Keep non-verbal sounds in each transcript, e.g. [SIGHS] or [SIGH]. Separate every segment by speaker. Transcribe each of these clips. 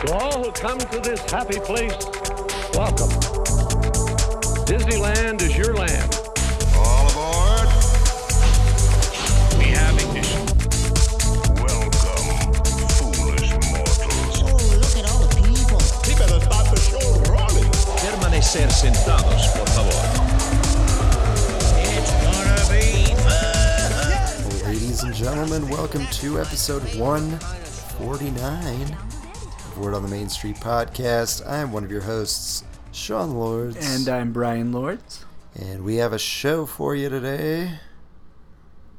Speaker 1: come to this happy place, welcome. Disneyland is your land.
Speaker 2: All aboard. We have ignition. Welcome, foolish mortals.
Speaker 3: Oh, look at all the people.
Speaker 4: Permanecer sentados, por favor.
Speaker 5: Ladies and gentlemen, welcome to episode 149 of Word on the Main Street podcast. I am one of your hosts, Sean Lords.
Speaker 6: And uh, I'm Brian Lords.
Speaker 5: and we have a show for you today,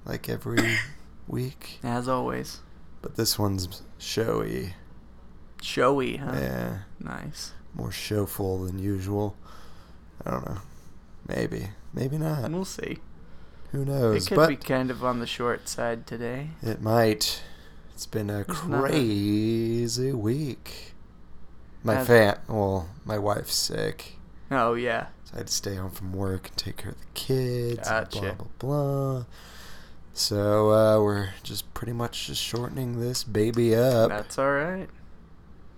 Speaker 5: like
Speaker 6: [COUGHS]
Speaker 5: every week.
Speaker 6: As always,
Speaker 5: But this one's showy.
Speaker 6: showy, huh?
Speaker 5: Yeah,
Speaker 6: Nice.
Speaker 5: more showful than usual. I don't know. Maybe. Maybe not.
Speaker 6: We'll see.
Speaker 5: Who knows?
Speaker 6: It could
Speaker 5: Uh, but
Speaker 6: be kind of on the short side today.
Speaker 5: It might. It's been a
Speaker 6: not a-
Speaker 5: crazy week. My
Speaker 6: Has-
Speaker 5: fam, well, my wife's sick,
Speaker 6: Oh yeah,
Speaker 5: so I had to stay home from work and take care of the kids. and
Speaker 6: Gotcha.
Speaker 5: blah blah blah. So uh, we're just pretty much just shortening this baby up.
Speaker 6: that's all right.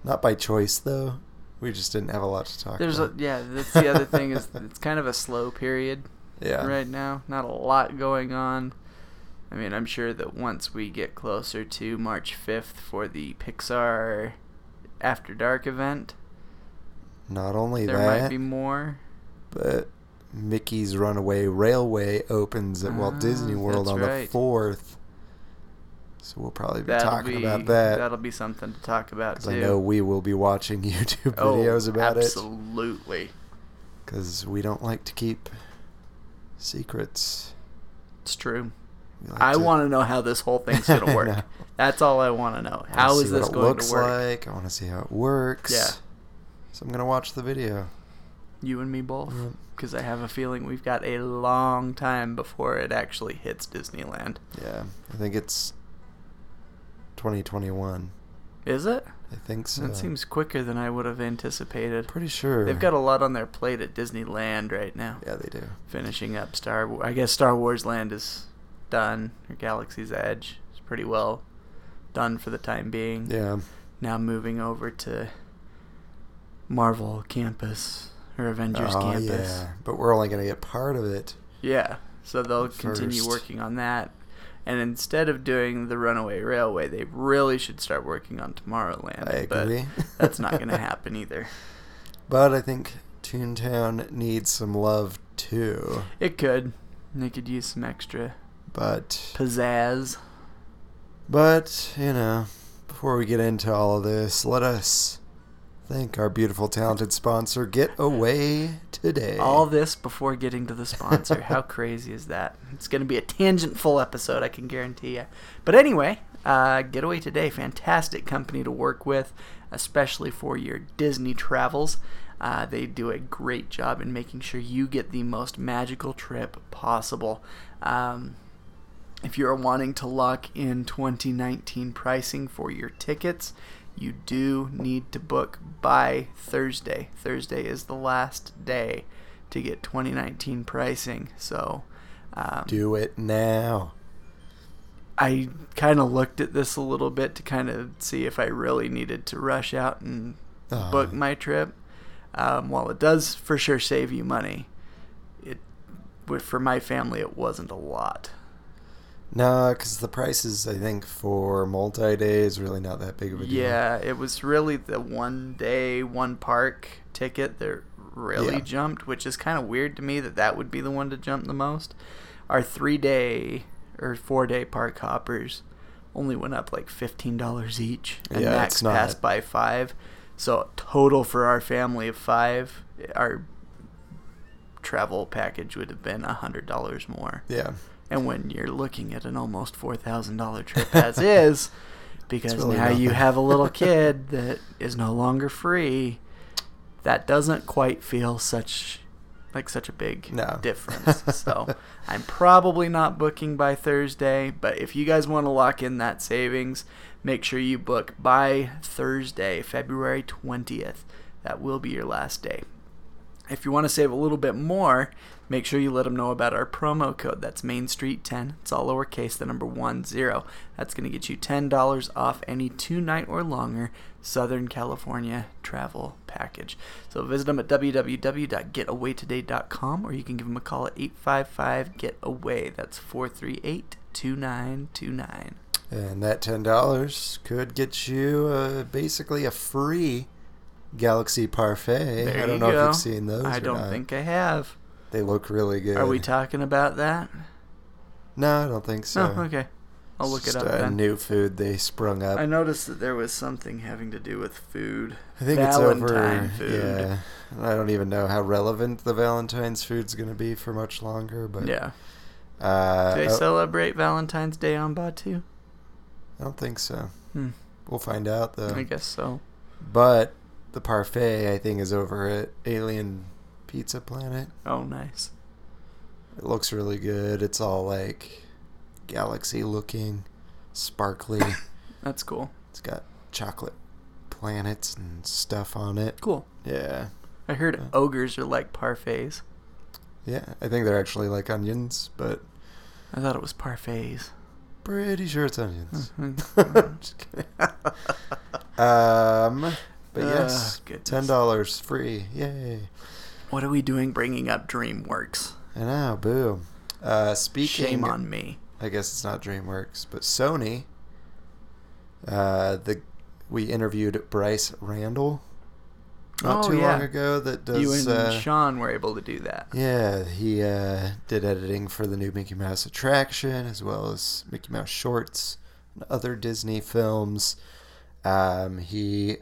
Speaker 5: Not by choice though. We just didn't have a lot to talk
Speaker 6: There's a,
Speaker 5: about.
Speaker 6: yeah. That's the other thing is [LAUGHS] it's kind of a slow period
Speaker 5: yeah.
Speaker 6: right now. Not a lot going on. I mean, I'm sure that once we get closer to March 5th for the Pixar After Dark event,
Speaker 5: Not only
Speaker 6: there
Speaker 5: that,
Speaker 6: might be more.
Speaker 5: but Mickey's Runaway Railway opens at Walt Disney
Speaker 6: Ah,
Speaker 5: World
Speaker 6: that's
Speaker 5: on the
Speaker 6: right.
Speaker 5: fourth. So we'll probably be
Speaker 6: That'll
Speaker 5: talking
Speaker 6: be
Speaker 5: about that
Speaker 6: will be something to talk about
Speaker 5: because
Speaker 6: too.
Speaker 5: I know we will be watching [LAUGHS] YouTube
Speaker 6: oh,
Speaker 5: videos about it
Speaker 6: absolutely.
Speaker 5: because we don't like to keep secrets.
Speaker 6: It's true.
Speaker 5: We like
Speaker 6: I
Speaker 5: to-
Speaker 6: want to know how this whole thing's going
Speaker 5: I [LAUGHS]
Speaker 6: to work.
Speaker 5: know.
Speaker 6: That's all I want to know.
Speaker 5: I wanna
Speaker 6: How
Speaker 5: see
Speaker 6: is
Speaker 5: what
Speaker 6: this
Speaker 5: it
Speaker 6: going
Speaker 5: looks
Speaker 6: to work?
Speaker 5: like. I want to see how it works.
Speaker 6: Yeah.
Speaker 5: So I'm gonna watch the video.
Speaker 6: You and me both.
Speaker 5: Yep.
Speaker 6: Because I have a feeling we've got a long time before it actually hits Disneyland.
Speaker 5: Yeah, I think it's 2021.
Speaker 6: Is it?
Speaker 5: I think so.
Speaker 6: That seems quicker than I would have anticipated.
Speaker 5: pretty sure.
Speaker 6: They've got a lot on their plate at Disneyland right now.
Speaker 5: yeah, they do.
Speaker 6: Finishing up Star Wars. I guess Star Wars Land is done. Or Galaxy's Edge is pretty well done for the time being.
Speaker 5: Yeah.
Speaker 6: now moving over to Marvel Campus or Avengers
Speaker 5: Oh,
Speaker 6: Campus.
Speaker 5: yeah, but we're only gonna get part of it.
Speaker 6: Yeah. So they'll continue
Speaker 5: First.
Speaker 6: working on that. And instead of doing the Runaway Railway, they really should start working on Tomorrowland.
Speaker 5: I agree.
Speaker 6: But that's
Speaker 5: [LAUGHS]
Speaker 6: not going to happen either.
Speaker 5: But I think Toontown needs some love too.
Speaker 6: It could. They could use some extra
Speaker 5: But
Speaker 6: pizzazz.
Speaker 5: but you know, before we get into all of this, let us thank our beautiful, talented sponsor, Get Away today.
Speaker 6: All this before getting to the sponsor. How crazy is that? It's going to be a tangent full episode, I can guarantee you. But anyway, uh, Getaway Today, fantastic company to work with, especially for your Disney travels. Uh, they do a great job in making sure you get the most magical trip possible. Um, if you're wanting to lock in 2019 pricing for your tickets, you do need to book by Thursday. Thursday is the last day to get 2019 pricing. So um,
Speaker 5: do it now.
Speaker 6: I kind of looked at this a little bit to kind of see if I really needed to rush out and
Speaker 5: Uh,
Speaker 6: book my trip. Um, while it does for sure save you money, it but for my family it wasn't a lot.
Speaker 5: Nah, because the prices I think for multi-day is really not that big of a deal.
Speaker 6: Yeah, it was really the one day, one park ticket that really
Speaker 5: Yeah.
Speaker 6: jumped, which is kind of weird to me that that would be the one to jump the most. Our three day or four day park hoppers only went up like fifteen dollars each, and
Speaker 5: Yeah,
Speaker 6: max
Speaker 5: it's not-
Speaker 6: passed by five. So total for our family of five, our travel package would have been a hundred dollars more.
Speaker 5: Yeah.
Speaker 6: And when you're looking at an almost four thousand dollar trip
Speaker 5: [LAUGHS]
Speaker 6: as is, because
Speaker 5: really
Speaker 6: now you
Speaker 5: nothing.
Speaker 6: have
Speaker 5: [LAUGHS]
Speaker 6: a little kid that is no longer free, that doesn't quite feel such like such a big
Speaker 5: No.
Speaker 6: difference.
Speaker 5: [LAUGHS]
Speaker 6: so I'm probably not booking by Thursday, but if you guys want to lock in that savings, make sure you book by Thursday, February twentieth. That will be your last day. If you want to save a little bit more, make sure you let them know about our promo code. That's Main Street 10. It's all lowercase, the number one zero. That's going to get you $10 off any two night or longer Southern California travel package. So visit them at www.getawaytoday.com or you can give them a call at 855 GETAWAY. That's 438 2929.
Speaker 5: And that $10 could get you uh, basically a free Galaxy Parfait.
Speaker 6: There
Speaker 5: I don't
Speaker 6: you
Speaker 5: know
Speaker 6: go.
Speaker 5: if you've seen those.
Speaker 6: I
Speaker 5: or
Speaker 6: don't
Speaker 5: not.
Speaker 6: think I have.
Speaker 5: They look really good.
Speaker 6: Are we talking about that?
Speaker 5: no, I don't think so.
Speaker 6: No, Oh, okay. I'll look
Speaker 5: Just
Speaker 6: it up
Speaker 5: a
Speaker 6: then.
Speaker 5: new food they sprung up.
Speaker 6: I noticed that there was something having to do with food.
Speaker 5: I think
Speaker 6: Valentine
Speaker 5: it's over.
Speaker 6: food.
Speaker 5: Yeah, And I don't even know how relevant the Valentine's food's going to be for much longer. But
Speaker 6: Yeah.
Speaker 5: uh,
Speaker 6: Do they
Speaker 5: oh,
Speaker 6: celebrate Valentine's Day on Batu?
Speaker 5: I don't think so.
Speaker 6: Hmm.
Speaker 5: We'll find out though.
Speaker 6: I guess so.
Speaker 5: But the parfait, I think, is over at Alien Pizza Planet.
Speaker 6: Oh, nice.
Speaker 5: It looks really good. It's all like galaxy looking, sparkly.
Speaker 6: [LAUGHS] That's cool.
Speaker 5: it's got chocolate planets and stuff on it.
Speaker 6: Cool.
Speaker 5: Yeah.
Speaker 6: I heard ogres are like parfaits.
Speaker 5: Yeah, I think they're actually like onions, but
Speaker 6: I thought it
Speaker 5: [LAUGHS]
Speaker 6: was parfaits.
Speaker 5: pretty sure it's onions. [LAUGHS]
Speaker 6: Mhm.
Speaker 5: Just kidding. um, but
Speaker 6: Ah,
Speaker 5: yes,
Speaker 6: goodness.
Speaker 5: ten dollars free. Yay!
Speaker 6: what are we doing bringing up DreamWorks?
Speaker 5: I know. Boo. Uh, speaking.
Speaker 6: Shame on me.
Speaker 5: I guess it's not DreamWorks, but Sony. Uh, the we interviewed Bryce Randall not
Speaker 6: Oh,
Speaker 5: too long
Speaker 6: yeah.
Speaker 5: ago. That does
Speaker 6: You and
Speaker 5: uh,
Speaker 6: Sean were able to do that.
Speaker 5: Yeah, he uh, did editing for the new Mickey Mouse attraction, as well as Mickey Mouse shorts and other Disney films. Um, he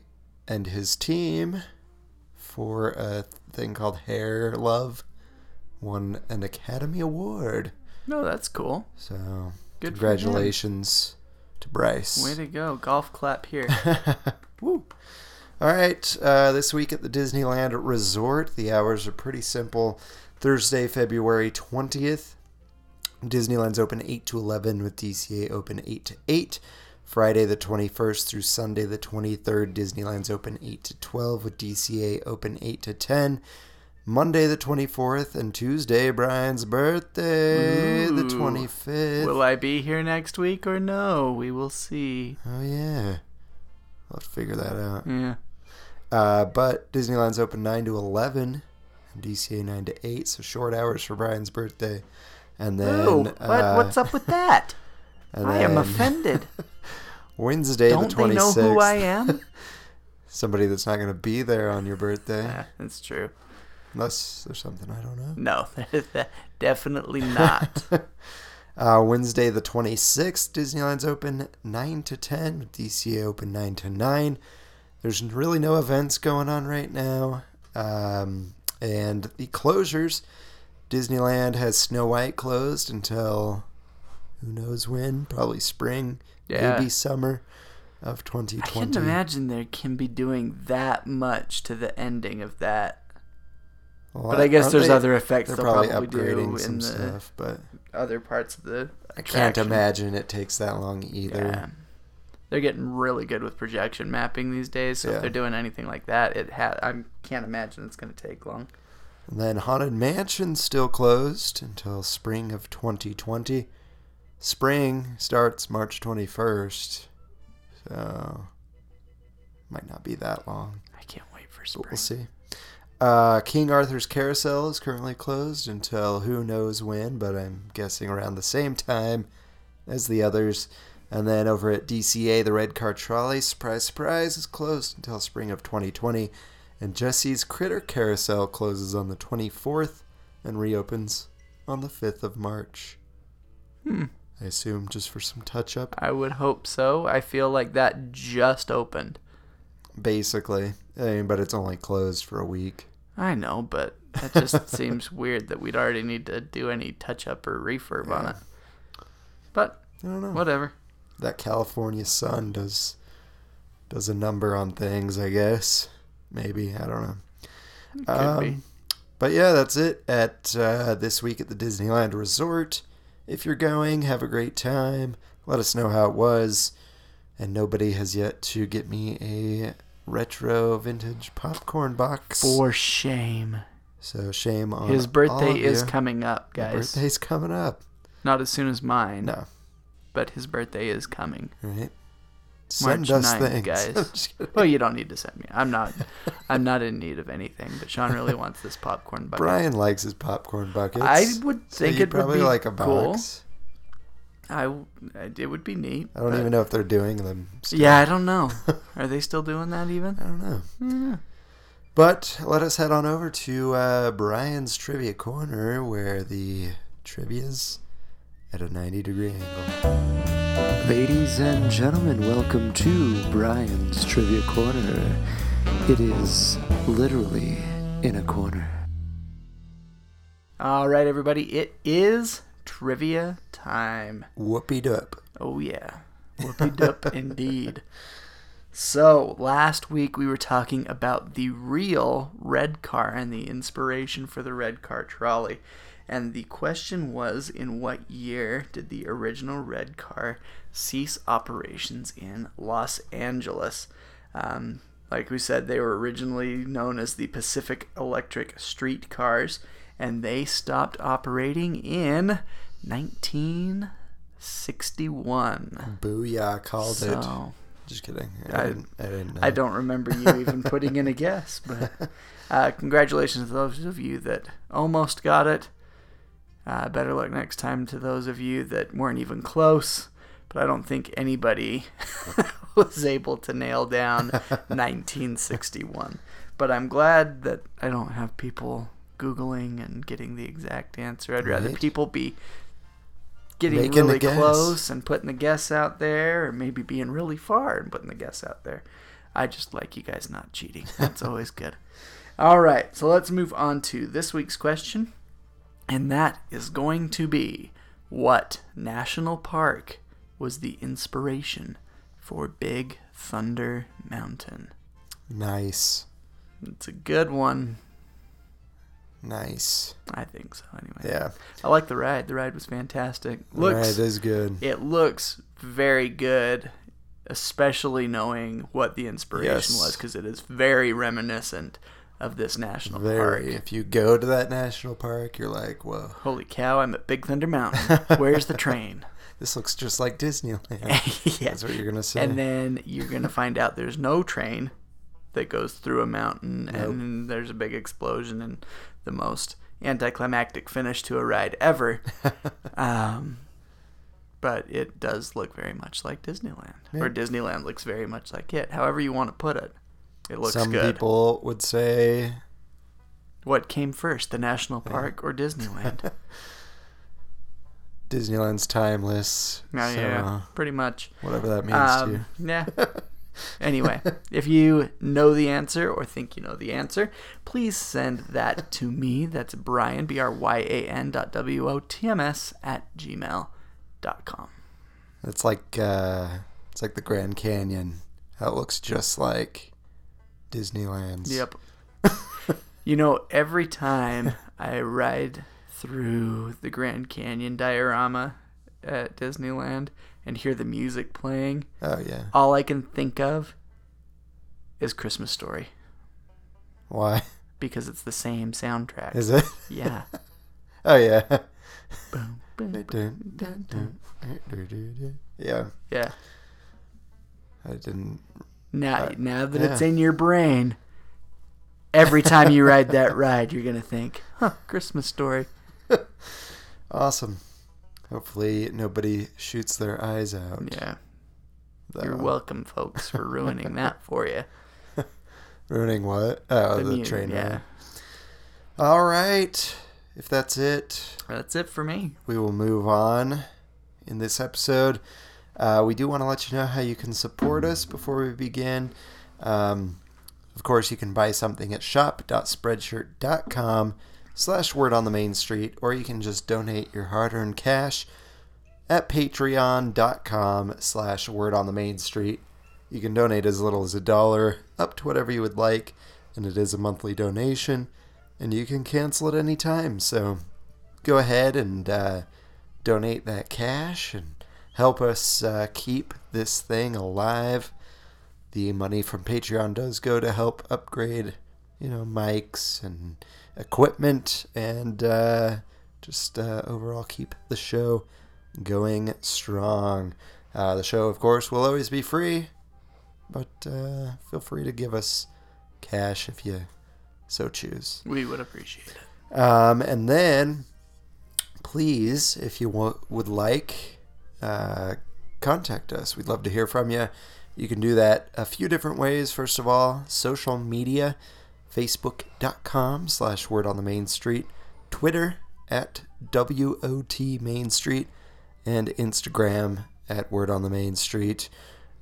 Speaker 5: and his team for a thing called Hair Love won an Academy Award.
Speaker 6: No, that's cool.
Speaker 5: So,
Speaker 6: Good for him.
Speaker 5: congratulations to Bryce.
Speaker 6: Way to go. Golf
Speaker 5: [LAUGHS]
Speaker 6: clap here.
Speaker 5: Woo. All right. Uh, this week at the Disneyland Resort, the hours are pretty simple. Thursday, February 20th, Disneyland's open 8 to 11 with DCA open 8 to 8. Friday the 21st through Sunday the 23rd, Disneyland's open 8 to 12 with DCA open 8 to 10. Monday the 24th and Tuesday, Brian's birthday, the
Speaker 6: Ooh.
Speaker 5: 25th.
Speaker 6: will I be here next week or no? We will see.
Speaker 5: oh, yeah. I'll have to figure that out.
Speaker 6: Yeah.
Speaker 5: Uh, but Disneyland's open 9 to 11 and DCA 9 to 8, so short hours for Brian's birthday. And then
Speaker 6: Ooh, what,
Speaker 5: uh,
Speaker 6: what's up with that?
Speaker 5: [LAUGHS] and
Speaker 6: I am
Speaker 5: then [LAUGHS]
Speaker 6: offended.
Speaker 5: Wednesday
Speaker 6: Don't
Speaker 5: the
Speaker 6: they
Speaker 5: 26th.
Speaker 6: know who I am?
Speaker 5: Somebody that's not going to be there on your birthday [LAUGHS]
Speaker 6: Yeah, that's true.
Speaker 5: unless there's something I don't know.
Speaker 6: No, [LAUGHS]
Speaker 5: [LAUGHS]
Speaker 6: definitely not.
Speaker 5: Uh, Wednesday the 26th, Disneyland's open 9 to 10, with DCA open 9 to 9. There's really no events going on right now. Um, and the closures Disneyland has Snow White closed until who knows when, probably spring,
Speaker 6: Yeah.
Speaker 5: maybe summer of
Speaker 6: I can't
Speaker 5: 2020.
Speaker 6: imagine there can be doing that much to the ending of that.
Speaker 5: Well,
Speaker 6: but I guess
Speaker 5: aren't
Speaker 6: there's
Speaker 5: they-
Speaker 6: other effects
Speaker 5: They're
Speaker 6: they'll
Speaker 5: probably,
Speaker 6: probably do
Speaker 5: upgrading
Speaker 6: in
Speaker 5: some
Speaker 6: the-
Speaker 5: stuff, but
Speaker 6: Other parts of the
Speaker 5: I can't
Speaker 6: attraction.
Speaker 5: imagine it takes that long either.
Speaker 6: Yeah. They're getting really good with projection mapping these days, so
Speaker 5: Yeah.
Speaker 6: if they're doing anything like that, it ha- I can't imagine it's going to take long.
Speaker 5: And then Haunted Mansion still closed until spring of 2020. Spring starts March 21st, so might not be that long.
Speaker 6: I can't wait for
Speaker 5: But
Speaker 6: spring.
Speaker 5: we'll see. Uh, King Arthur's Carousel is currently closed until who knows when, but I'm guessing around the same time as the others. And then over at DCA, the Red Car Trolley, surprise, surprise, is closed until spring of 2020. And Jesse's Critter Carousel closes on the 24th and reopens on the 5th of March. Hmm. I assume just for some touch up.
Speaker 6: I would hope so. I feel like that just opened.
Speaker 5: Basically. I mean, but it's only closed for a week.
Speaker 6: I know, but
Speaker 5: [LAUGHS]
Speaker 6: that just seems weird that we'd already need to do any touch up or refurb on it. But
Speaker 5: I don't know.
Speaker 6: whatever.
Speaker 5: that California sun does does a number on things, I guess. Maybe I don't know.
Speaker 6: Could be.
Speaker 5: Um, But yeah, that's it at uh, this week at the Disneyland Resort. If you're going, have a great time. Let us know how it was. And nobody has yet to get me a retro vintage popcorn box.
Speaker 6: For shame.
Speaker 5: So shame on
Speaker 6: His birthday
Speaker 5: all of
Speaker 6: is
Speaker 5: you.
Speaker 6: coming up,
Speaker 5: Your
Speaker 6: guys.
Speaker 5: Birthday's coming up.
Speaker 6: Not as soon as mine,
Speaker 5: No,
Speaker 6: but his birthday is coming.
Speaker 5: right?
Speaker 6: March
Speaker 5: Send us
Speaker 6: 9th,
Speaker 5: things. [LAUGHS] I'm
Speaker 6: guys.
Speaker 5: just kidding.
Speaker 6: Well, you don't need to send me.
Speaker 5: [LAUGHS]
Speaker 6: I'm not. I'm not in need of anything. But Sean really wants this popcorn bucket.
Speaker 5: Brian likes his popcorn buckets.
Speaker 6: I would
Speaker 5: so
Speaker 6: think
Speaker 5: you'd
Speaker 6: it would
Speaker 5: probably
Speaker 6: be
Speaker 5: like a
Speaker 6: cool.
Speaker 5: box.
Speaker 6: I, w- I- it would be neat.
Speaker 5: I don't
Speaker 6: but-
Speaker 5: even know if they're doing them. Still.
Speaker 6: Yeah, I don't know. Are they still doing
Speaker 5: [LAUGHS]
Speaker 6: that even?
Speaker 5: I don't know. But let us head on over to uh, Brian's Trivia Corner where the trivia's at a 90 degree angle.
Speaker 3: Ladies and gentlemen, welcome to Brian's Trivia Corner. It is literally in a corner.
Speaker 6: All right, everybody. It is trivia time.
Speaker 5: Whoopee doop.
Speaker 6: Oh yeah, whoopie doop indeed. So last week we were talking about the real red car and the inspiration for the red car trolley, and the question was, in what year did the original red car cease operations in Los Angeles? Um, like we said, they were originally known as the Pacific Electric Street Cars, and they stopped operating in 19- 61.
Speaker 5: Booyah called it.
Speaker 6: So
Speaker 5: Just kidding. I,
Speaker 6: I-
Speaker 5: didn't, I didn't know.
Speaker 6: I don't remember
Speaker 5: [LAUGHS]
Speaker 6: you even putting in a guess, but uh, congratulations to those of you that almost got it. Uh, better luck next time to those of you that weren't even close. But I don't think anybody [LAUGHS] was able to nail down
Speaker 5: [LAUGHS]
Speaker 6: 1961. But I'm glad that I don't have people Googling and getting the exact answer. I'd rather
Speaker 5: Right.
Speaker 6: people be getting
Speaker 5: Making a
Speaker 6: really
Speaker 5: guess.
Speaker 6: close and putting the guess out there, or maybe being really far and putting the guess out there. I just like you guys not cheating.
Speaker 5: [LAUGHS]
Speaker 6: That's always good. All right, so let's move on to this week's question, and that is going to be what national park was the inspiration for Big Thunder Mountain?
Speaker 5: Nice.
Speaker 6: It's a good
Speaker 5: Mm.
Speaker 6: one.
Speaker 5: Nice.
Speaker 6: I think so, anyway.
Speaker 5: Yeah.
Speaker 6: I like the ride. The ride was fantastic.
Speaker 5: Right,
Speaker 6: Looks
Speaker 5: it is good.
Speaker 6: it looks very good, especially knowing what the inspiration was,
Speaker 5: Yes.
Speaker 6: 'cause was, because it is very reminiscent of this national
Speaker 5: Very.
Speaker 6: park.
Speaker 5: If you go to that national park, you're like, whoa,
Speaker 6: Holy cow! I'm at Big
Speaker 5: [LAUGHS]
Speaker 6: Thunder Mountain. Where's the train?
Speaker 5: this looks just like Disneyland.
Speaker 6: yeah.
Speaker 5: That's what you're going to say.
Speaker 6: And then you're
Speaker 5: [LAUGHS]
Speaker 6: gonna find out there's no train that goes through a mountain, and there's a big explosion and the most anticlimactic finish to a ride
Speaker 5: [LAUGHS]
Speaker 6: ever. um, but it does look very much like Disneyland, or Disneyland looks very much like it. However you want to put it, it looks
Speaker 5: Some
Speaker 6: good.
Speaker 5: people would say
Speaker 6: What came first, the national park
Speaker 5: [LAUGHS]
Speaker 6: or Disneyland?
Speaker 5: Disneyland's timeless.
Speaker 6: Yeah,
Speaker 5: so, uh,
Speaker 6: yeah, pretty much.
Speaker 5: Whatever that means to you.
Speaker 6: Um, yeah. anyway, if you know the answer or think you know the answer, please send that to me. That's Brian, B R Y A N dot W O T M S at gmail dot com.
Speaker 5: It's like uh, it's like the Grand Canyon. How it looks just like Disneyland's. [LAUGHS]
Speaker 6: Yep. you know, every time I ride through the Grand Canyon diorama at Disneyland and hear the music playing,
Speaker 5: Oh yeah.
Speaker 6: all I can think of is Christmas Story
Speaker 5: Why [LAUGHS]
Speaker 6: because it's the same soundtrack.
Speaker 5: is it?
Speaker 6: yeah.
Speaker 5: Oh
Speaker 6: [LAUGHS]
Speaker 5: yeah.
Speaker 6: Boom.
Speaker 5: Yeah.
Speaker 6: Yeah.
Speaker 5: I didn't.
Speaker 6: Now,
Speaker 5: Uh,
Speaker 6: now that it's
Speaker 5: yeah.
Speaker 6: in your brain, every time you
Speaker 5: [LAUGHS]
Speaker 6: ride that ride, you're gonna think, "Huh, Christmas story."
Speaker 5: Awesome. Hopefully nobody shoots their eyes out.
Speaker 6: Yeah,
Speaker 5: though.
Speaker 6: you're welcome, folks, for
Speaker 5: [LAUGHS]
Speaker 6: ruining that for you.
Speaker 5: Ruining what? Oh, the,
Speaker 6: mu-
Speaker 5: train.
Speaker 6: Yeah,
Speaker 5: ride. All right. If that's it,
Speaker 6: that's it for me.
Speaker 5: we will move on in this episode. Uh, we do want to let you know how you can support us before we begin. Um, of course, you can buy something at shop.spreadshirt.com slash word on the main street, or you can just donate your hard-earned cash at patreon.com slash word on the main street. You can donate as little as a dollar, up to whatever you would like, and it is a monthly donation, and you can cancel at any time, so go ahead and uh, donate that cash and help us uh, keep this thing alive. The money from Patreon does go to help upgrade you know, mics and equipment and uh, just uh, overall keep the show going strong. Uh, the show, of course, will always be free, but uh, feel free to give us cash if you so choose.
Speaker 6: We would appreciate it.
Speaker 5: Um, and then, please, if you wa- would like, uh, contact us. We'd love to hear from you. You can do that a few different ways. First of all, social media, facebook.com slash word on the main street, Twitter at WOT Main Street, and Instagram at word on the main street.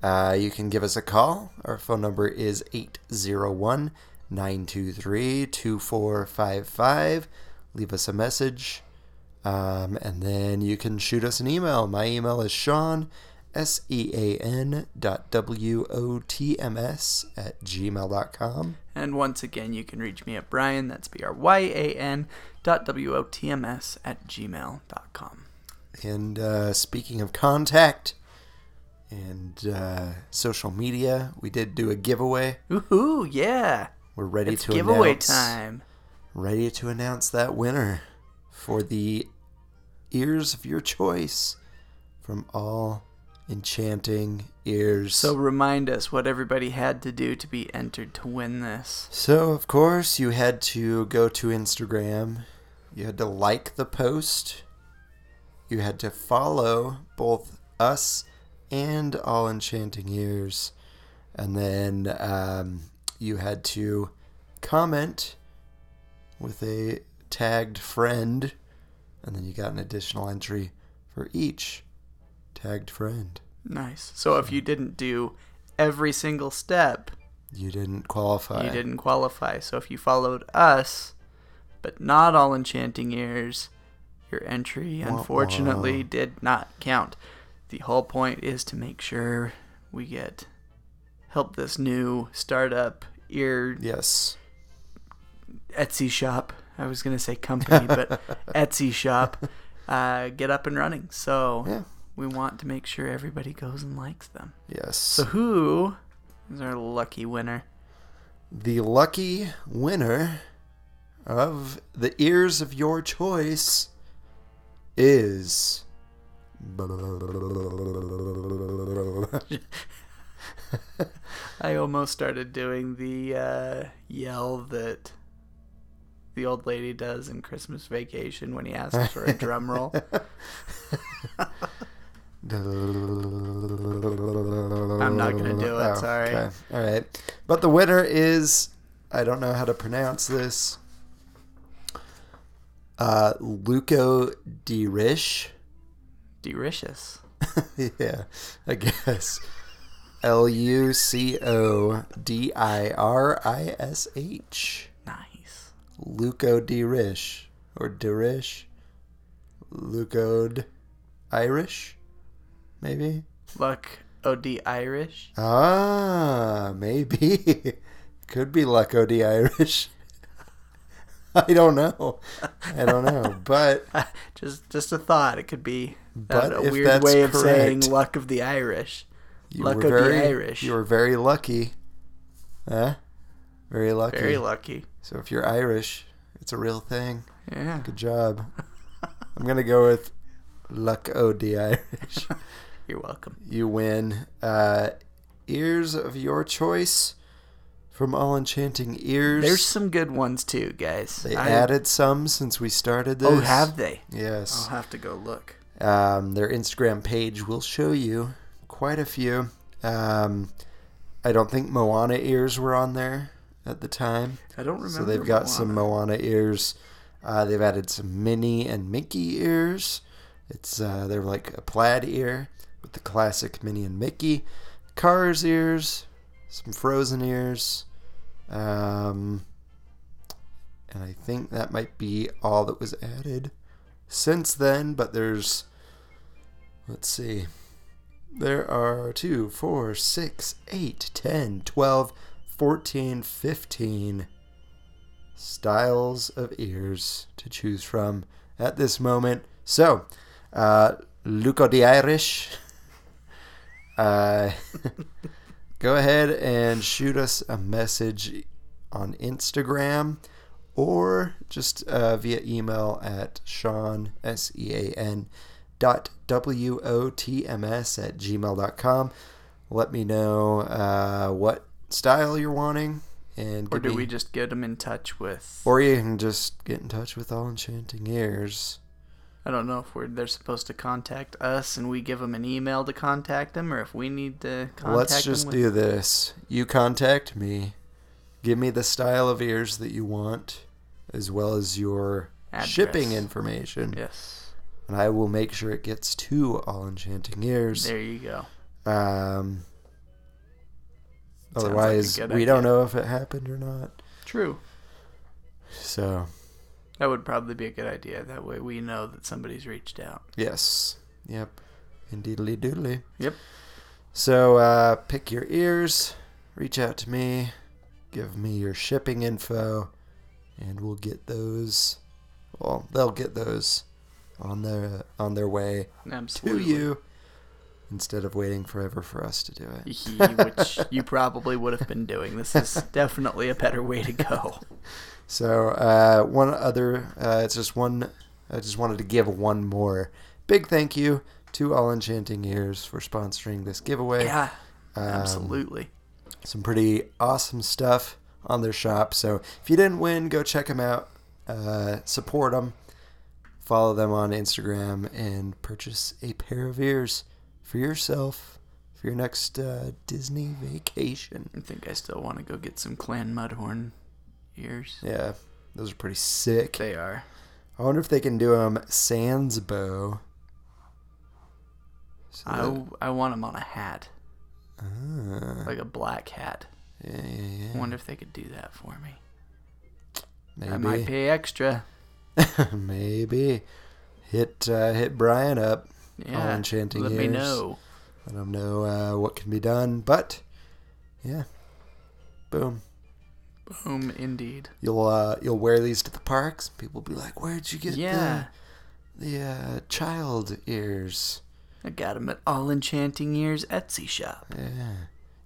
Speaker 5: Uh, you can give us a call. Our phone number is 801 923 2455. Leave us a message. Um, and then you can shoot us an email. My email is Sean, S E A N dot W O T M S at gmail.com.
Speaker 6: And once again, you can reach me at Brian, that's B R Y A N, dot W O T M S at gmail dot com.
Speaker 5: And uh, speaking of contact and uh, social media, we did do a giveaway.
Speaker 6: Woohoo, yeah.
Speaker 5: We're ready
Speaker 6: It's
Speaker 5: to
Speaker 6: giveaway
Speaker 5: announce.
Speaker 6: time.
Speaker 5: ready to announce that winner for the ears of your choice from all enchanting ears.
Speaker 6: So remind us what everybody had to do to be entered to win this.
Speaker 5: So, of course, you had to go to Instagram, you had to like the post, you had to follow both us and All Enchanting Ears, and then um, you had to comment with a tagged friend, and then you got an additional entry for each tagged friend.
Speaker 6: Nice. So if you didn't do every single step,
Speaker 5: You didn't qualify.
Speaker 6: you didn't qualify. So if you followed us, but not all enchanting ears, your entry
Speaker 5: wah.
Speaker 6: unfortunately did not count. The whole point is to make sure we get help this new startup ear
Speaker 5: Yes.
Speaker 6: Etsy shop. I was gonna say company, but Etsy shop uh, get up and running. So
Speaker 5: Yeah.
Speaker 6: we want to make sure everybody goes and likes them.
Speaker 5: Yes.
Speaker 6: So who is our lucky winner?
Speaker 5: the lucky winner of the ears of your choice is
Speaker 6: I almost started doing the uh, yell that the old lady does in Christmas Vacation when he asks for a drum
Speaker 5: [LAUGHS]
Speaker 6: roll.
Speaker 5: I'm
Speaker 6: not gonna do it, sorry.
Speaker 5: Oh, All right. But the winner is I don't know how to pronounce this. Uh Luco Derish.
Speaker 6: Dericious.
Speaker 5: [LAUGHS] yeah, I guess. L U C O D I R I S H.
Speaker 6: Nice.
Speaker 5: Luco Derish. Or Derish. Lucode Irish? Maybe?
Speaker 6: Luck OD Irish.
Speaker 5: Ah, maybe. [LAUGHS] Could be Luco D Irish. [LAUGHS] I don't know. I don't know.
Speaker 6: [LAUGHS]
Speaker 5: But
Speaker 6: Just just a thought. It could be
Speaker 5: But
Speaker 6: a
Speaker 5: if
Speaker 6: weird
Speaker 5: that's
Speaker 6: way of saying
Speaker 5: correct-
Speaker 6: luck of the Irish.
Speaker 5: you
Speaker 6: Luck
Speaker 5: were
Speaker 6: of the
Speaker 5: very
Speaker 6: Irish.
Speaker 5: You were very lucky. Huh? Very lucky.
Speaker 6: Very lucky.
Speaker 5: So if you're Irish, it's a real thing.
Speaker 6: Yeah.
Speaker 5: Good job. [LAUGHS] I'm gonna go with Luck O D
Speaker 6: [LAUGHS]
Speaker 5: Irish.
Speaker 6: You're welcome.
Speaker 5: You win. Uh, ears of your choice from all enchanting ears.
Speaker 6: There's some good ones too, guys.
Speaker 5: they
Speaker 6: I-
Speaker 5: added some since we started this.
Speaker 6: Oh, have they? Oh. I'll
Speaker 5: Yes.
Speaker 6: have to go look.
Speaker 5: Um, their Instagram page will show you quite a few. Um, I don't think Moana ears were on there at the time.
Speaker 6: I don't remember.
Speaker 5: So they've got some
Speaker 6: Moana.
Speaker 5: Moana ears. Uh, they've added some Minnie and Mickey ears. It's uh, they're like a plaid ear with the classic Minnie and Mickey. Cars ears, some Frozen ears, um, and I think that might be all that was added since then. But there's, let's see, there are 2, 4, 6, 8, 10, 12, 14, 15 styles of ears to choose from at this moment. So, uh, Luco di Irish, [LAUGHS] uh, go ahead and shoot us a message on Instagram or just uh, via email at Sean, S E A N, dot W O T M S at gmail.com. Let me know uh, what style you're wanting. And
Speaker 6: Or
Speaker 5: give
Speaker 6: do
Speaker 5: me-
Speaker 6: we just get them in touch with?
Speaker 5: Or you can just get in touch with All Enchanting Ears.
Speaker 6: I don't know if we're they're supposed to contact us and we give them an email to contact them, or if we need to contact
Speaker 5: Let's just
Speaker 6: them.
Speaker 5: do
Speaker 6: with-
Speaker 5: this. You contact me. Give me the style of ears that you want, as well as your
Speaker 6: Address.
Speaker 5: shipping information.
Speaker 6: Yes.
Speaker 5: And I will make sure it gets to All Enchanting Ears.
Speaker 6: There you go.
Speaker 5: Um,
Speaker 6: like a
Speaker 5: otherwise,
Speaker 6: good
Speaker 5: we don't
Speaker 6: idea.
Speaker 5: know if it happened or not.
Speaker 6: True.
Speaker 5: So,
Speaker 6: That would probably be a good idea. That way we know that somebody's reached out.
Speaker 5: yes. Yep. Indeedly doodly.
Speaker 6: Yep.
Speaker 5: So uh, pick your ears, reach out to me, give me your shipping info, and we'll get those. Well, they'll get those on their on their way to
Speaker 6: Absolutely.
Speaker 5: you instead of waiting forever for us to do it.
Speaker 6: [LAUGHS] Which you probably would have been doing.
Speaker 5: [LAUGHS]
Speaker 6: This is definitely a better way to go.
Speaker 5: So uh, one other, uh, it's just one. I just wanted to give one more big thank you to All Enchanting Ears for sponsoring this giveaway.
Speaker 6: Yeah.
Speaker 5: Um,
Speaker 6: Absolutely.
Speaker 5: some pretty awesome stuff on their shop. So if you didn't win, go check them out, uh, support them, follow them on Instagram, and purchase a pair of ears for yourself for your next uh, Disney vacation.
Speaker 6: I think I still want to go get some Clan Mudhorn ears.
Speaker 5: Yeah, those are pretty sick.
Speaker 6: They are.
Speaker 5: I wonder if they can do them sans bow. So
Speaker 6: I, I want them on a hat,
Speaker 5: that- ah,
Speaker 6: like a black hat.
Speaker 5: yeah, yeah,
Speaker 6: I
Speaker 5: yeah.
Speaker 6: wonder if they could do that for me.
Speaker 5: Maybe.
Speaker 6: I might pay extra.
Speaker 5: [LAUGHS] Maybe. Hit uh, hit Brian up.
Speaker 6: Yeah.
Speaker 5: enchanting
Speaker 6: Let me
Speaker 5: ears.
Speaker 6: know.
Speaker 5: I don't know uh, what can be done, but yeah, boom.
Speaker 6: Boom, indeed.
Speaker 5: You'll uh, you'll wear these to the parks. People will be like, "Where'd you get
Speaker 6: Yeah.
Speaker 5: the the uh, child ears?"
Speaker 6: I got them at All Enchanting Ears Etsy shop.
Speaker 5: Yeah,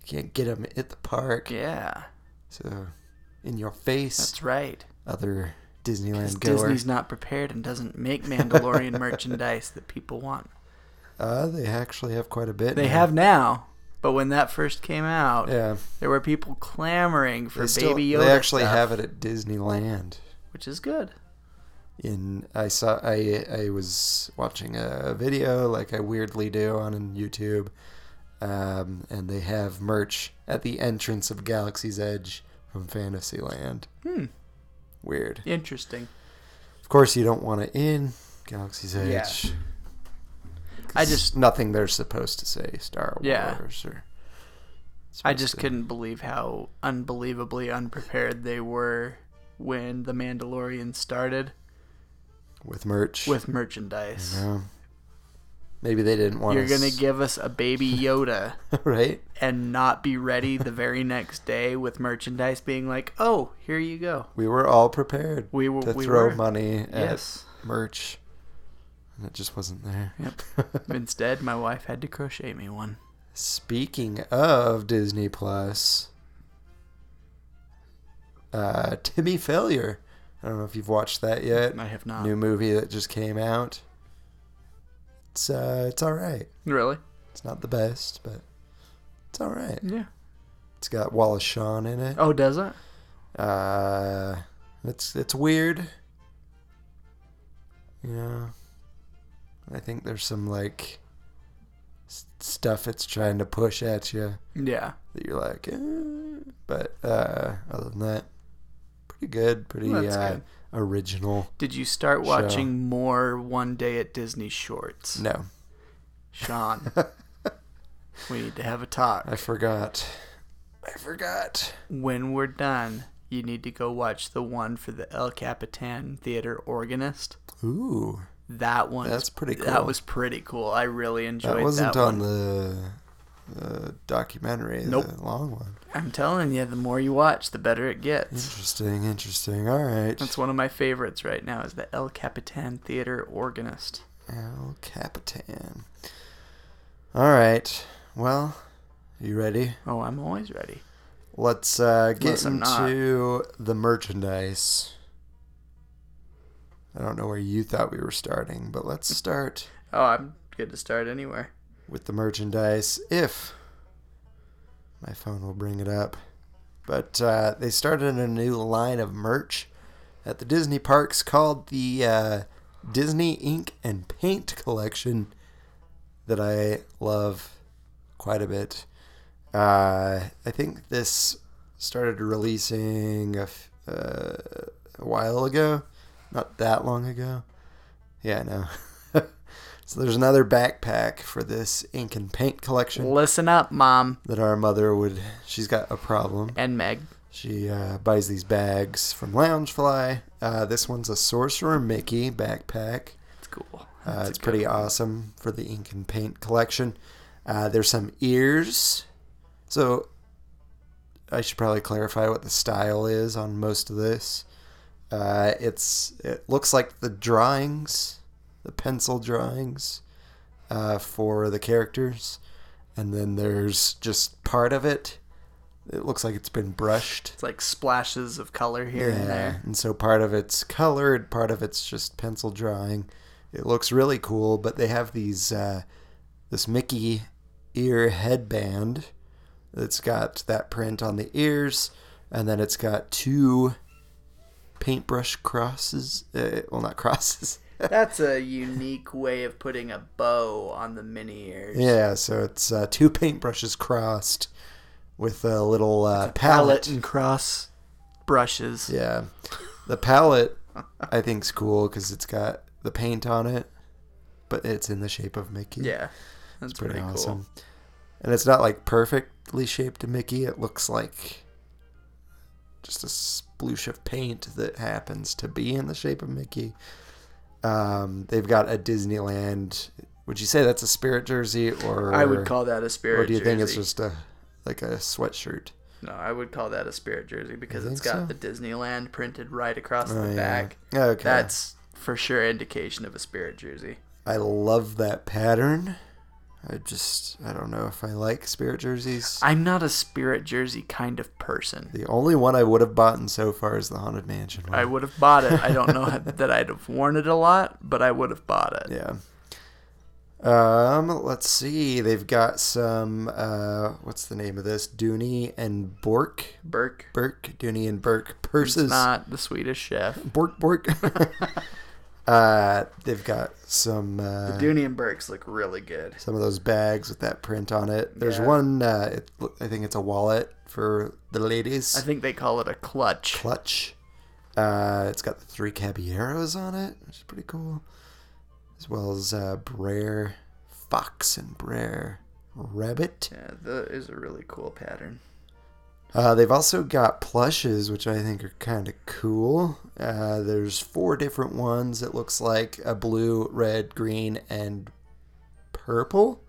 Speaker 5: can't get them at the park.
Speaker 6: Yeah.
Speaker 5: So, in your face,
Speaker 6: That's right.
Speaker 5: other Disneyland goer.
Speaker 6: Disney's not prepared and doesn't
Speaker 5: [LAUGHS]
Speaker 6: make Mandalorian merchandise that people want.
Speaker 5: uh, they actually have quite a bit.
Speaker 6: They
Speaker 5: now.
Speaker 6: have now, but when that first came out,
Speaker 5: Yeah,
Speaker 6: there were people clamoring for
Speaker 5: they still
Speaker 6: Baby Yoda.
Speaker 5: they actually
Speaker 6: stuff,
Speaker 5: have it at Disneyland.
Speaker 6: which is good.
Speaker 5: in I saw I I was watching a video like I weirdly do on YouTube, um, and they have merch at the entrance of Galaxy's Edge from Fantasyland. Hmm. Weird.
Speaker 6: Interesting.
Speaker 5: Of course, you don't want it in Galaxy's Edge.
Speaker 6: I just,
Speaker 5: nothing they're supposed to say Star
Speaker 6: Yeah.
Speaker 5: Wars or.
Speaker 6: I just
Speaker 5: supposed to-
Speaker 6: couldn't believe how unbelievably unprepared they were when the Mandalorian started
Speaker 5: with merch.
Speaker 6: with merchandise.
Speaker 5: Yeah. maybe they didn't want.
Speaker 6: You're gonna
Speaker 5: us-
Speaker 6: give us a Baby Yoda.
Speaker 5: [LAUGHS] right.
Speaker 6: and not be ready the very next day with merchandise being like, "Oh, here you go."
Speaker 5: We were all prepared.
Speaker 6: We were-
Speaker 5: to
Speaker 6: we
Speaker 5: throw
Speaker 6: were.
Speaker 5: money at
Speaker 6: Yes.
Speaker 5: merch, and it just wasn't there. [LAUGHS]
Speaker 6: Instead, my wife had to crochet me one.
Speaker 5: Speaking of Disney Plus, uh, Timmy Failure. I don't know if you've watched that yet.
Speaker 6: I have not.
Speaker 5: New movie that just came out. It's uh, it's all right.
Speaker 6: Really?
Speaker 5: It's not the best, but it's all right.
Speaker 6: Yeah.
Speaker 5: It's got Wallace Shawn in it.
Speaker 6: Oh, does it?
Speaker 5: Uh, it's it's weird. Yeah. I think there's some like s- stuff it's trying to push at you
Speaker 6: Yeah.
Speaker 5: that you're like, eh. but uh, other than that, pretty good, pretty
Speaker 6: Well, that's
Speaker 5: uh,
Speaker 6: good.
Speaker 5: original.
Speaker 6: Did you start watching more One Day at Disney shorts,
Speaker 5: No,
Speaker 6: Sean?
Speaker 5: [LAUGHS]
Speaker 6: we need to have a talk.
Speaker 5: I forgot. I forgot.
Speaker 6: When we're done, you need to go watch the one for the El Capitan Theater Organist.
Speaker 5: Ooh,
Speaker 6: That one.
Speaker 5: That's pretty cool.
Speaker 6: That was pretty cool. I really enjoyed
Speaker 5: that
Speaker 6: that.
Speaker 5: wasn't
Speaker 6: one.
Speaker 5: on the, the documentary.
Speaker 6: Nope.
Speaker 5: the long one.
Speaker 6: I'm telling you, the more you watch, the better it
Speaker 5: Mm.
Speaker 6: gets.
Speaker 5: Interesting, interesting. All right.
Speaker 6: That's one of my favorites right now is the El Capitan Theater Organist.
Speaker 5: El Capitan. All right. Well, you ready?
Speaker 6: Oh, I'm always ready.
Speaker 5: Let's uh, get
Speaker 6: Unless I'm not.
Speaker 5: into the merchandise. I don't know where you thought we were starting, but let's start
Speaker 6: Oh, I'm good to start anywhere.
Speaker 5: with the merchandise if my phone will bring it up. But uh, they started a new line of merch at the Disney parks called the uh, Disney Ink and Paint Collection that I love quite a bit. Uh, I think this started releasing a, f- uh, a while ago, not that long ago. Yeah, I know. [LAUGHS] so there's another backpack for this ink and paint collection
Speaker 6: Listen up, Mom
Speaker 5: that our mother would. She's got a problem.
Speaker 6: and Meg.
Speaker 5: She uh, buys these bags from Loungefly. Uh, this one's a Sorcerer Mickey backpack.
Speaker 6: It's cool.
Speaker 5: Uh,
Speaker 6: That's a
Speaker 5: it's
Speaker 6: good
Speaker 5: pretty
Speaker 6: one.
Speaker 5: awesome for the ink and paint collection. Uh, there's some ears. So I should probably clarify what the style is on most of this. Uh, it's it looks like the drawings, the pencil drawings uh, for the characters, and then there's just part of it. It looks like it's been brushed.
Speaker 6: It's like splashes of color here and
Speaker 5: Yeah,
Speaker 6: there.
Speaker 5: and so part of it's colored, part of it's just pencil drawing. It looks really cool, but they have these uh, this Mickey ear headband that's got that print on the ears, and then it's got two paintbrush crosses. Uh, well, not crosses. [LAUGHS]
Speaker 6: That's a unique way of putting a bow on the mini ears.
Speaker 5: yeah, so it's uh, two paintbrushes crossed with a little uh,
Speaker 6: Palette
Speaker 5: palette
Speaker 6: and cross brushes.
Speaker 5: Yeah, the palette I think's cool because it's got the paint on it, but it's in the shape of Mickey.
Speaker 6: Yeah, that's pretty, cool.
Speaker 5: And it's not like perfectly shaped to Mickey. It looks like just a sploosh of paint that happens to be in the shape of Mickey. Um, they've got a Disneyland. Would you say that's a spirit jersey, or
Speaker 6: I would call that a spirit.
Speaker 5: or do you think it's
Speaker 6: jersey.
Speaker 5: just a like a sweatshirt?
Speaker 6: No, I would call that a spirit jersey because it's
Speaker 5: think
Speaker 6: got
Speaker 5: so?
Speaker 6: the Disneyland printed right across
Speaker 5: Oh,
Speaker 6: the
Speaker 5: yeah.
Speaker 6: back.
Speaker 5: Okay.
Speaker 6: That's for sure indication of a spirit jersey.
Speaker 5: I love that pattern. I just I don't know if I like spirit jerseys.
Speaker 6: I'm not a spirit jersey kind of person.
Speaker 5: the only one I would have bought in so far is the Haunted Mansion one.
Speaker 6: I would have bought it. I don't know [LAUGHS] how- that I'd have worn it a lot, but I would have bought it.
Speaker 5: yeah. Um, let's see. They've got some uh what's the name of this? Dooney and Bork.
Speaker 6: Burke,
Speaker 5: Burke, Dooney and Burke
Speaker 6: it's
Speaker 5: purses.
Speaker 6: not the Swedish chef.
Speaker 5: Bork
Speaker 6: [LAUGHS]
Speaker 5: Bork. uh they've got some uh
Speaker 6: Dooney and Burke's look really good.
Speaker 5: some of those bags with that print on it. There's
Speaker 6: Yeah.
Speaker 5: one uh it, I think it's a wallet for the ladies.
Speaker 6: I think they call it a clutch.
Speaker 5: clutch. Uh, it's got the three caballeros on it, which is pretty cool, as well as uh, Brer Fox and Brer Rabbit.
Speaker 6: yeah, that is a really cool pattern.
Speaker 5: Uh, they've also got plushes, which I think are kind of cool. Uh, there's four different ones. It looks like a blue, red, green, and purple.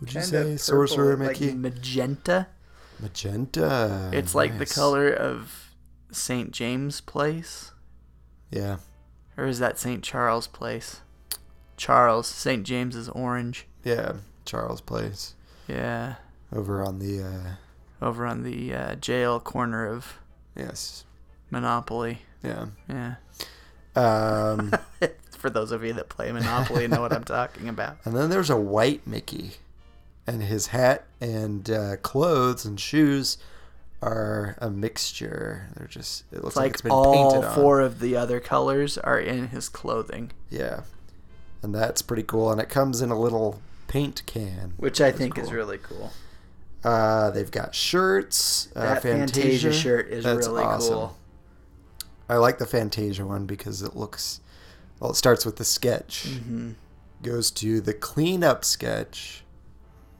Speaker 5: Would you
Speaker 6: Kinda
Speaker 5: say
Speaker 6: purple,
Speaker 5: Sorcerer
Speaker 6: like
Speaker 5: Mickey?
Speaker 6: magenta.
Speaker 5: Magenta.
Speaker 6: It's like the
Speaker 5: Nice.
Speaker 6: color of St. James Place,
Speaker 5: Yeah.
Speaker 6: or is that St. Charles Place? Charles. St. James is orange.
Speaker 5: Yeah. Charles plays
Speaker 6: Yeah,
Speaker 5: over on the. Uh,
Speaker 6: over on the uh, jail corner of
Speaker 5: yes.
Speaker 6: Monopoly.
Speaker 5: Yeah.
Speaker 6: Yeah. [LAUGHS]
Speaker 5: Um, [LAUGHS]
Speaker 6: For those of you that play Monopoly and know what I'm talking about.
Speaker 5: and then there's a white Mickey, and his hat and uh, clothes and shoes are a mixture. They're just it looks
Speaker 6: It's
Speaker 5: like,
Speaker 6: like
Speaker 5: it's been
Speaker 6: all
Speaker 5: painted
Speaker 6: four
Speaker 5: on.
Speaker 6: of the other colors are in his clothing,
Speaker 5: Yeah, and that's pretty cool. And it comes in a little paint can.
Speaker 6: which I think is really cool.
Speaker 5: Uh, they've got shirts. uh,
Speaker 6: That Fantasia shirt is
Speaker 5: That's
Speaker 6: really
Speaker 5: awesome.
Speaker 6: cool.
Speaker 5: I like the Fantasia one because it looks. Well, it starts with the sketch,
Speaker 6: Mm-hmm.
Speaker 5: goes to the cleanup sketch.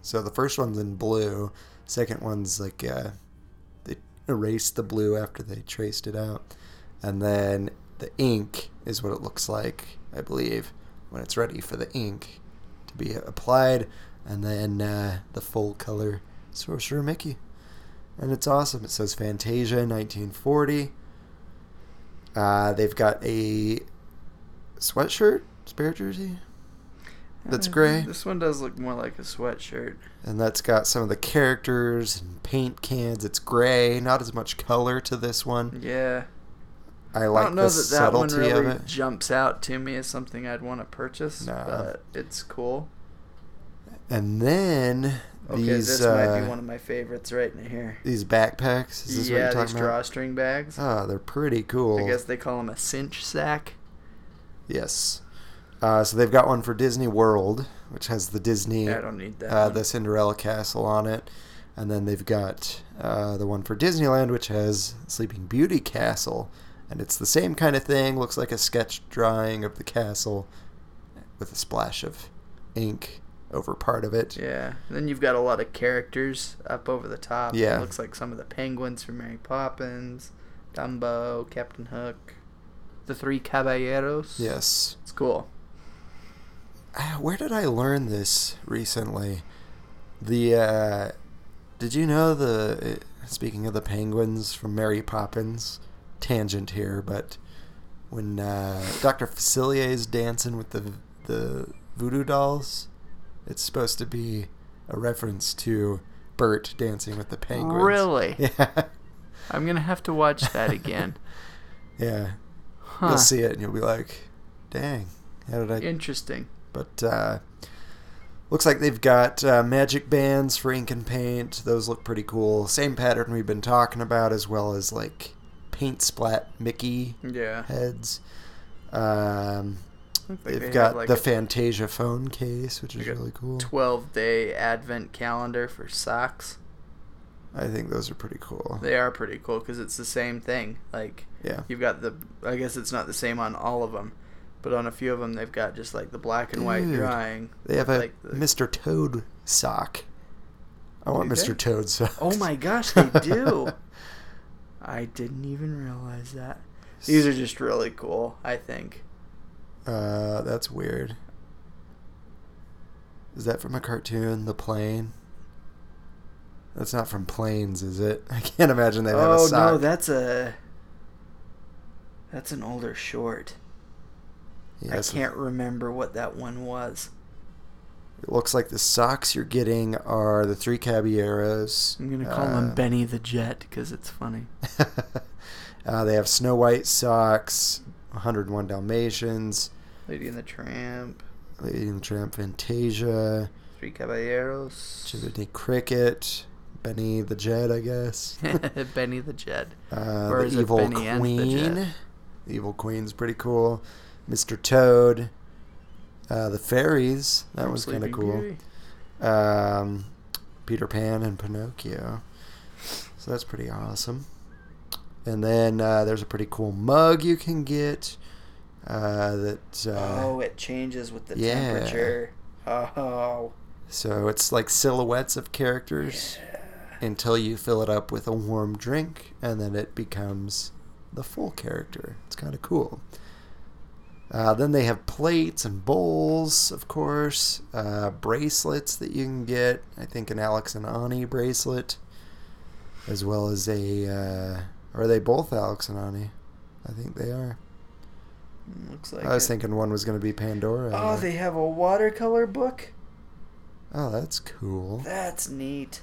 Speaker 5: So the first one's in blue. Second one's like uh, they erased the blue after they traced it out, and then the ink is what it looks like, I believe, when it's ready for the ink to be applied, and then uh, the full color Sorcerer Mickey, and it's awesome. It says Fantasia 1940. Uh, they've got a sweatshirt, spirit jersey. that's gray,
Speaker 6: This one does look more like a sweatshirt.
Speaker 5: and that's got some of the characters and paint cans. It's gray, not as much color to this one.
Speaker 6: Yeah.
Speaker 5: I
Speaker 6: I
Speaker 5: like
Speaker 6: don't know
Speaker 5: the
Speaker 6: that that one
Speaker 5: subtlety
Speaker 6: really
Speaker 5: of it.
Speaker 6: jumps out to me as something I'd want to purchase,
Speaker 5: Nah.
Speaker 6: but it's cool.
Speaker 5: And then
Speaker 6: Okay,
Speaker 5: these
Speaker 6: this might be
Speaker 5: uh,
Speaker 6: one of my favorites right in here.
Speaker 5: these backpacks. Is this
Speaker 6: yeah,
Speaker 5: what you're
Speaker 6: these
Speaker 5: talking about?
Speaker 6: drawstring bags.
Speaker 5: Ah, they're pretty cool.
Speaker 6: I guess they call them a cinch sack.
Speaker 5: Yes. Uh, so they've got one for Disney World, which has the Disney,
Speaker 6: I don't need that.
Speaker 5: uh,
Speaker 6: one.
Speaker 5: the Cinderella Castle on it, and then they've got uh, the one for Disneyland, which has Sleeping Beauty Castle, and it's the same kind of thing. Looks like a sketch drawing of the castle, with a splash of ink over part of it.
Speaker 6: Yeah. And then you've got a lot of characters up over the top.
Speaker 5: Yeah.
Speaker 6: It looks like some of the penguins from Mary Poppins, Dumbo, Captain Hook, the three caballeros.
Speaker 5: Yes.
Speaker 6: It's cool.
Speaker 5: Ah, Where did I learn this recently? The uh, did you know the uh, speaking of the penguins from Mary Poppins? Tangent here, but when uh, Doctor Facilier is dancing with the the voodoo dolls, it's supposed to be a reference to Bert dancing with the penguins.
Speaker 6: Really?
Speaker 5: [LAUGHS] Yeah,
Speaker 6: I'm going to have to watch
Speaker 5: [LAUGHS]
Speaker 6: that again.
Speaker 5: yeah.
Speaker 6: Huh.
Speaker 5: You'll see it and you'll be like, "Dang, how did I
Speaker 6: Interesting.
Speaker 5: But uh, looks like they've got uh, magic bands for ink and paint. Those look pretty cool. Same pattern we've been talking about, as well as like paint splat Mickey
Speaker 6: Yeah.
Speaker 5: heads. Um,
Speaker 6: Like
Speaker 5: they've
Speaker 6: they have,
Speaker 5: got
Speaker 6: like,
Speaker 5: the
Speaker 6: a
Speaker 5: Fantasia phone case, which is
Speaker 6: like a
Speaker 5: really cool.
Speaker 6: 12 day advent calendar for socks.
Speaker 5: I think those are pretty cool.
Speaker 6: They are pretty cool because it's the same thing. Like,
Speaker 5: Yeah.
Speaker 6: you've got the, I guess it's not the same on all of them, but on a few of them, they've got just like the black and white
Speaker 5: Dude.
Speaker 6: drawing.
Speaker 5: They have
Speaker 6: with,
Speaker 5: a
Speaker 6: like, the-
Speaker 5: Mr. Toad sock. I want
Speaker 6: Do they?
Speaker 5: Mr. Toad socks.
Speaker 6: Oh
Speaker 5: [LAUGHS]
Speaker 6: my gosh, they do. I didn't even realize that. These are just really cool, I think.
Speaker 5: Uh, that's weird. Is that from a cartoon? The plane? That's not from planes, is it? [LAUGHS] I can't imagine they have a
Speaker 6: Oh
Speaker 5: sock.
Speaker 6: no, that's a That's an older short.
Speaker 5: Yes,
Speaker 6: I can't remember what that one was.
Speaker 5: It looks like the socks you're getting are the three caballeros.
Speaker 6: I'm going to call
Speaker 5: Uh,
Speaker 6: him Benny the Jet cuz
Speaker 5: [LAUGHS]
Speaker 6: it's funny.
Speaker 5: uh, they have Snow White socks, 101 Dalmatians,
Speaker 6: Lady and the Tramp,
Speaker 5: Lady and the Tramp Fantasia,
Speaker 6: Three Caballeros,
Speaker 5: Jiminy Cricket, Benny the Jet, I
Speaker 6: [LAUGHS]
Speaker 5: guess.
Speaker 6: Benny the Jet.
Speaker 5: Uh,
Speaker 6: Or
Speaker 5: the
Speaker 6: is it
Speaker 5: evil
Speaker 6: Benny and the
Speaker 5: queen. The,
Speaker 6: Jet?
Speaker 5: evil queen's pretty cool. Mr. Toad. Uh, the fairies. That
Speaker 6: from
Speaker 5: was kind of
Speaker 6: Sleeping
Speaker 5: cool.
Speaker 6: Beauty.
Speaker 5: Um, Peter Pan and Pinocchio. So that's pretty awesome. And then uh, there's a pretty cool mug you can get. Uh, that uh,
Speaker 6: Oh, it changes with the
Speaker 5: yeah.
Speaker 6: temperature. Oh.
Speaker 5: so it's like silhouettes of characters until you fill it up with a warm drink, and then it becomes the full character. It's kind of cool. Uh, then they have plates and bowls, of course, uh, bracelets that you can get. I think an Alex and Ani bracelet, as well as a. Uh, are they both Alex and Ani? I think they are.
Speaker 6: Looks like
Speaker 5: I was
Speaker 6: it.
Speaker 5: thinking one was going to be Pandora.
Speaker 6: Oh, they have a watercolor book?
Speaker 5: oh, that's cool.
Speaker 6: That's neat.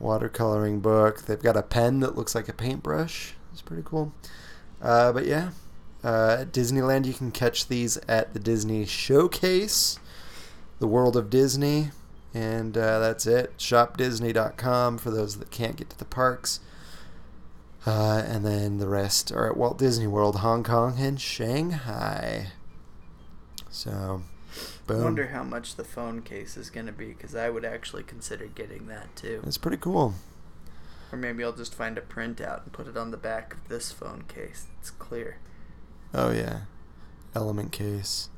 Speaker 5: watercoloring book. They've got a pen that looks like a paintbrush. It's pretty cool. Uh, but yeah, uh, at Disneyland, you can catch these at the Disney Showcase, the World of Disney, and uh, that's it. ShopDisney.com for those that can't get to the parks. Uh, and then the rest are at Walt Disney World, Hong Kong, and Shanghai. So, boom.
Speaker 6: Wonder how much the phone case is going to be because I would actually consider getting that too.
Speaker 5: It's pretty cool.
Speaker 6: Or maybe I'll just find a printout and put it on the back of this phone case. It's clear.
Speaker 5: Oh, yeah. Element case.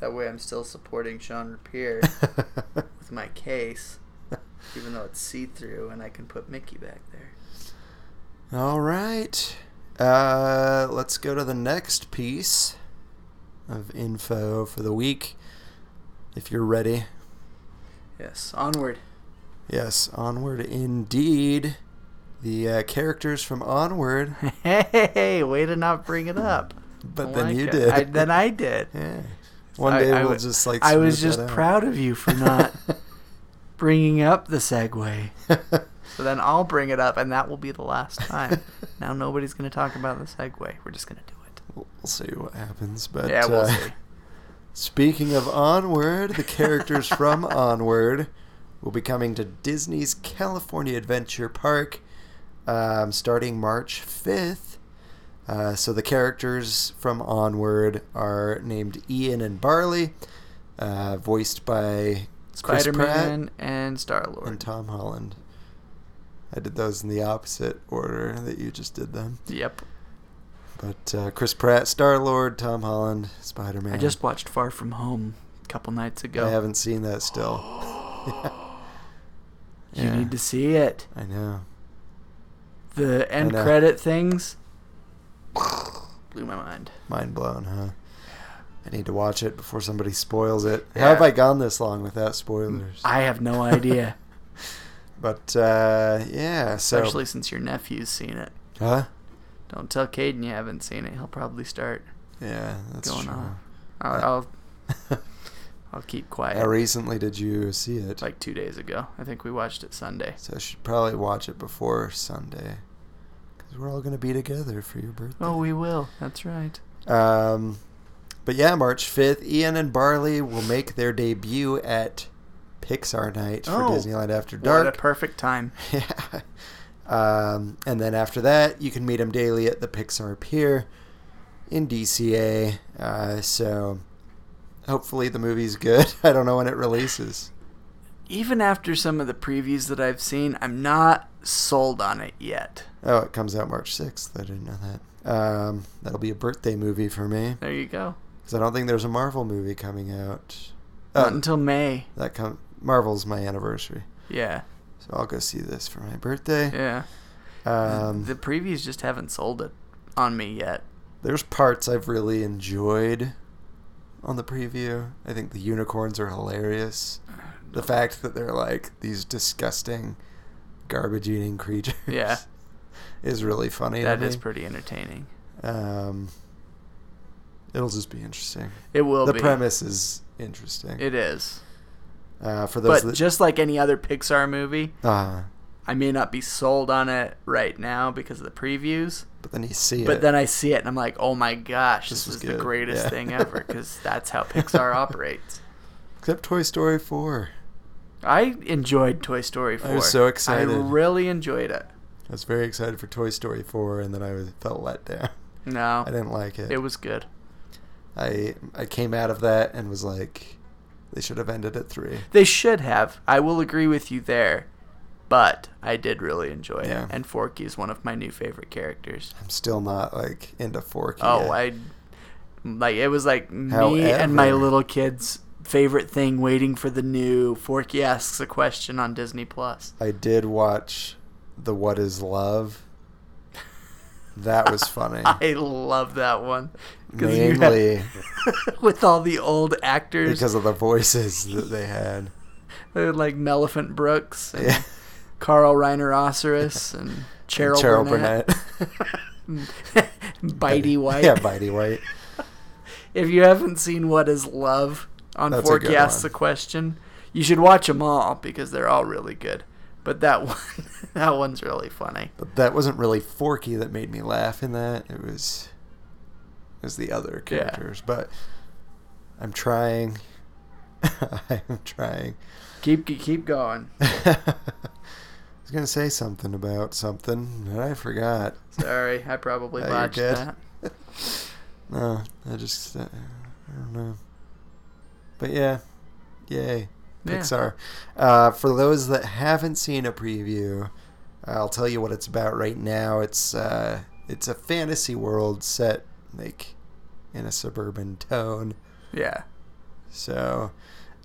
Speaker 6: That way I'm still supporting Sean [LAUGHS] Rapier with my case, even though it's see through and I can put Mickey back there.
Speaker 5: [LAUGHS] All right. Uh, let's go to the next piece of info for the week. If you're ready.
Speaker 6: Yes, onward.
Speaker 5: Yes, Onward indeed. The uh, characters from
Speaker 6: [LAUGHS]
Speaker 5: Onward,
Speaker 6: Hey, way to not bring it up.
Speaker 5: but
Speaker 6: I
Speaker 5: then
Speaker 6: like
Speaker 5: you
Speaker 6: it.
Speaker 5: did.
Speaker 6: I, then I did.
Speaker 5: [LAUGHS] yeah. One
Speaker 6: I-
Speaker 5: day
Speaker 6: I
Speaker 5: we'll
Speaker 6: w-
Speaker 5: just like.
Speaker 6: I was
Speaker 5: smooth
Speaker 6: just
Speaker 5: that out.
Speaker 6: proud of you
Speaker 5: [LAUGHS]
Speaker 6: for not bringing up the segue. so then I'll bring it up, and that will be the last
Speaker 5: [LAUGHS]
Speaker 6: time. now nobody's going to talk about the segue. We're just going to do it.
Speaker 5: We'll see what happens. But
Speaker 6: yeah, we'll
Speaker 5: uh,
Speaker 6: see.
Speaker 5: Speaking of Onward, the characters
Speaker 6: [LAUGHS]
Speaker 5: from Onward will be coming to Disney's California Adventure Park um, starting March 5th. Uh, so the characters from Onward are named Ian and Barley, uh, voiced by Chris
Speaker 6: Spider
Speaker 5: Pratt
Speaker 6: Man and Star
Speaker 5: and
Speaker 6: Lord.
Speaker 5: Tom Holland. I did those in the opposite order that you just did them.
Speaker 6: Yep.
Speaker 5: But uh, Chris Pratt, Star Lord, Tom Holland, Spider Man.
Speaker 6: I just watched Far From Home a couple nights ago.
Speaker 5: I haven't seen that still.
Speaker 6: [GASPS] you
Speaker 5: Yeah.
Speaker 6: need to see it.
Speaker 5: I know.
Speaker 6: The end
Speaker 5: know.
Speaker 6: credit
Speaker 5: [SIGHS]
Speaker 6: things blew my mind.
Speaker 5: Mind blown, huh? I need to watch it before somebody spoils it.
Speaker 6: Yeah.
Speaker 5: How have I gone this long without spoilers?
Speaker 6: I have no idea,
Speaker 5: But uh, yeah, [LAUGHS] so
Speaker 6: especially since your nephew's seen it.
Speaker 5: huh?
Speaker 6: Don't tell Caden you haven't seen it. He'll probably start.
Speaker 5: Yeah, that's
Speaker 6: going
Speaker 5: true.
Speaker 6: on. I'll, I'll, I'll keep
Speaker 5: [LAUGHS]
Speaker 6: quiet.
Speaker 5: How recently did you see it?
Speaker 6: like two days ago. I think we watched it Sunday.
Speaker 5: so I should probably watch it before Sunday, because we're all gonna be together for your birthday.
Speaker 6: Oh, we will. That's right.
Speaker 5: Um, but yeah, March 5th, Ian and Barley will make their debut at Pixar Night for
Speaker 6: Oh,
Speaker 5: Disneyland After
Speaker 6: Dark. What
Speaker 5: Dark.
Speaker 6: a perfect time.
Speaker 5: [LAUGHS] yeah. Um, and then after that, you can meet him daily at the Pixar Pier in DCA. Uh, so hopefully the movie's good. [LAUGHS] I don't know when it releases.
Speaker 6: Even after some of the previews that I've seen, I'm not sold on it yet.
Speaker 5: Oh, it comes out March 6th. I didn't know that. Um, that'll be a birthday movie for me
Speaker 6: There you go.
Speaker 5: because I don't think there's a Marvel movie coming out.
Speaker 6: Not
Speaker 5: Oh,
Speaker 6: until May.
Speaker 5: that com- Marvel's my anniversary.
Speaker 6: Yeah,
Speaker 5: So I'll go see this for my birthday.
Speaker 6: yeah.
Speaker 5: Um,
Speaker 6: the previews just haven't sold it on me
Speaker 5: [LAUGHS]
Speaker 6: yet.
Speaker 5: there's parts I've really enjoyed on the preview. I think the unicorns are hilarious. The fact that they're like these disgusting garbage eating creatures
Speaker 6: Yeah.
Speaker 5: [LAUGHS] is really funny.
Speaker 6: That
Speaker 5: to
Speaker 6: is
Speaker 5: me.
Speaker 6: pretty entertaining.
Speaker 5: Um, it'll just be interesting.
Speaker 6: It will
Speaker 5: the
Speaker 6: be.
Speaker 5: premise is interesting.
Speaker 6: It is.
Speaker 5: uh, for those
Speaker 6: But
Speaker 5: that
Speaker 6: just like any other Pixar movie,
Speaker 5: uh,
Speaker 6: I may not be sold on it right now because of the previews.
Speaker 5: but then you see
Speaker 6: But
Speaker 5: it.
Speaker 6: then I see it and I'm like, oh my gosh,
Speaker 5: This
Speaker 6: this,
Speaker 5: is
Speaker 6: is the
Speaker 5: good.
Speaker 6: greatest
Speaker 5: Yeah. [LAUGHS]
Speaker 6: thing ever because that's how Pixar operates.
Speaker 5: Except Toy Story 4.
Speaker 6: I enjoyed Toy Story 4.
Speaker 5: I was so excited.
Speaker 6: I really enjoyed it.
Speaker 5: I was very excited for Toy Story 4, and then I was, felt let down. [LAUGHS]
Speaker 6: No,
Speaker 5: I didn't like it.
Speaker 6: it was good.
Speaker 5: I I came out of that and was like, they should have ended at three.
Speaker 6: They should have. I will agree with you there. But I did really enjoy
Speaker 5: Yeah.
Speaker 6: it. And Forky is one of my new favorite characters.
Speaker 5: I'm still not like into Forky.
Speaker 6: Oh,
Speaker 5: yet.
Speaker 6: I like it was like me and
Speaker 5: However-
Speaker 6: my little kids' favorite thing waiting for the new Forky asks a question on Disney Plus.
Speaker 5: I did watch the What Is Love. That was funny.
Speaker 6: [LAUGHS] I love that one. 'Cause you had- [LAUGHS]
Speaker 5: Mainly
Speaker 6: with all the old actors
Speaker 5: because of the voices that they had. [LAUGHS]
Speaker 6: uh, like Meliphant Brooks and
Speaker 5: Yeah.
Speaker 6: Carl
Speaker 5: [LAUGHS]
Speaker 6: Rhinoceros and Cheryl,
Speaker 5: Cheryl
Speaker 6: Burnett,
Speaker 5: Burnett.
Speaker 6: [LAUGHS]
Speaker 5: [LAUGHS]
Speaker 6: Bitey White.
Speaker 5: yeah, Bitey White.
Speaker 6: If you haven't seen What Is Love on
Speaker 5: That's a
Speaker 6: Forky
Speaker 5: good
Speaker 6: Asks
Speaker 5: one.
Speaker 6: a Question, you should watch them all because they're all really good. But that [LAUGHS] one, that one's really funny.
Speaker 5: But that wasn't really Forky that made me laugh in that. It was it was the other
Speaker 6: Yeah.
Speaker 5: characters. But I'm trying. [LAUGHS] I'm trying. [LAUGHS]
Speaker 6: Keep keep going.
Speaker 5: I was gonna say something about something and I forgot.
Speaker 6: Sorry, I
Speaker 5: [LAUGHS]
Speaker 6: probably
Speaker 5: Oh, you're
Speaker 6: botched
Speaker 5: good.
Speaker 6: that.
Speaker 5: No, I just uh, I don't know. But yeah, yay,
Speaker 6: Yeah.
Speaker 5: Pixar. Uh, for those that haven't seen a preview, I'll tell you what it's about right now. It's uh, it's a fantasy world set like in a suburban tone.
Speaker 6: Yeah.
Speaker 5: So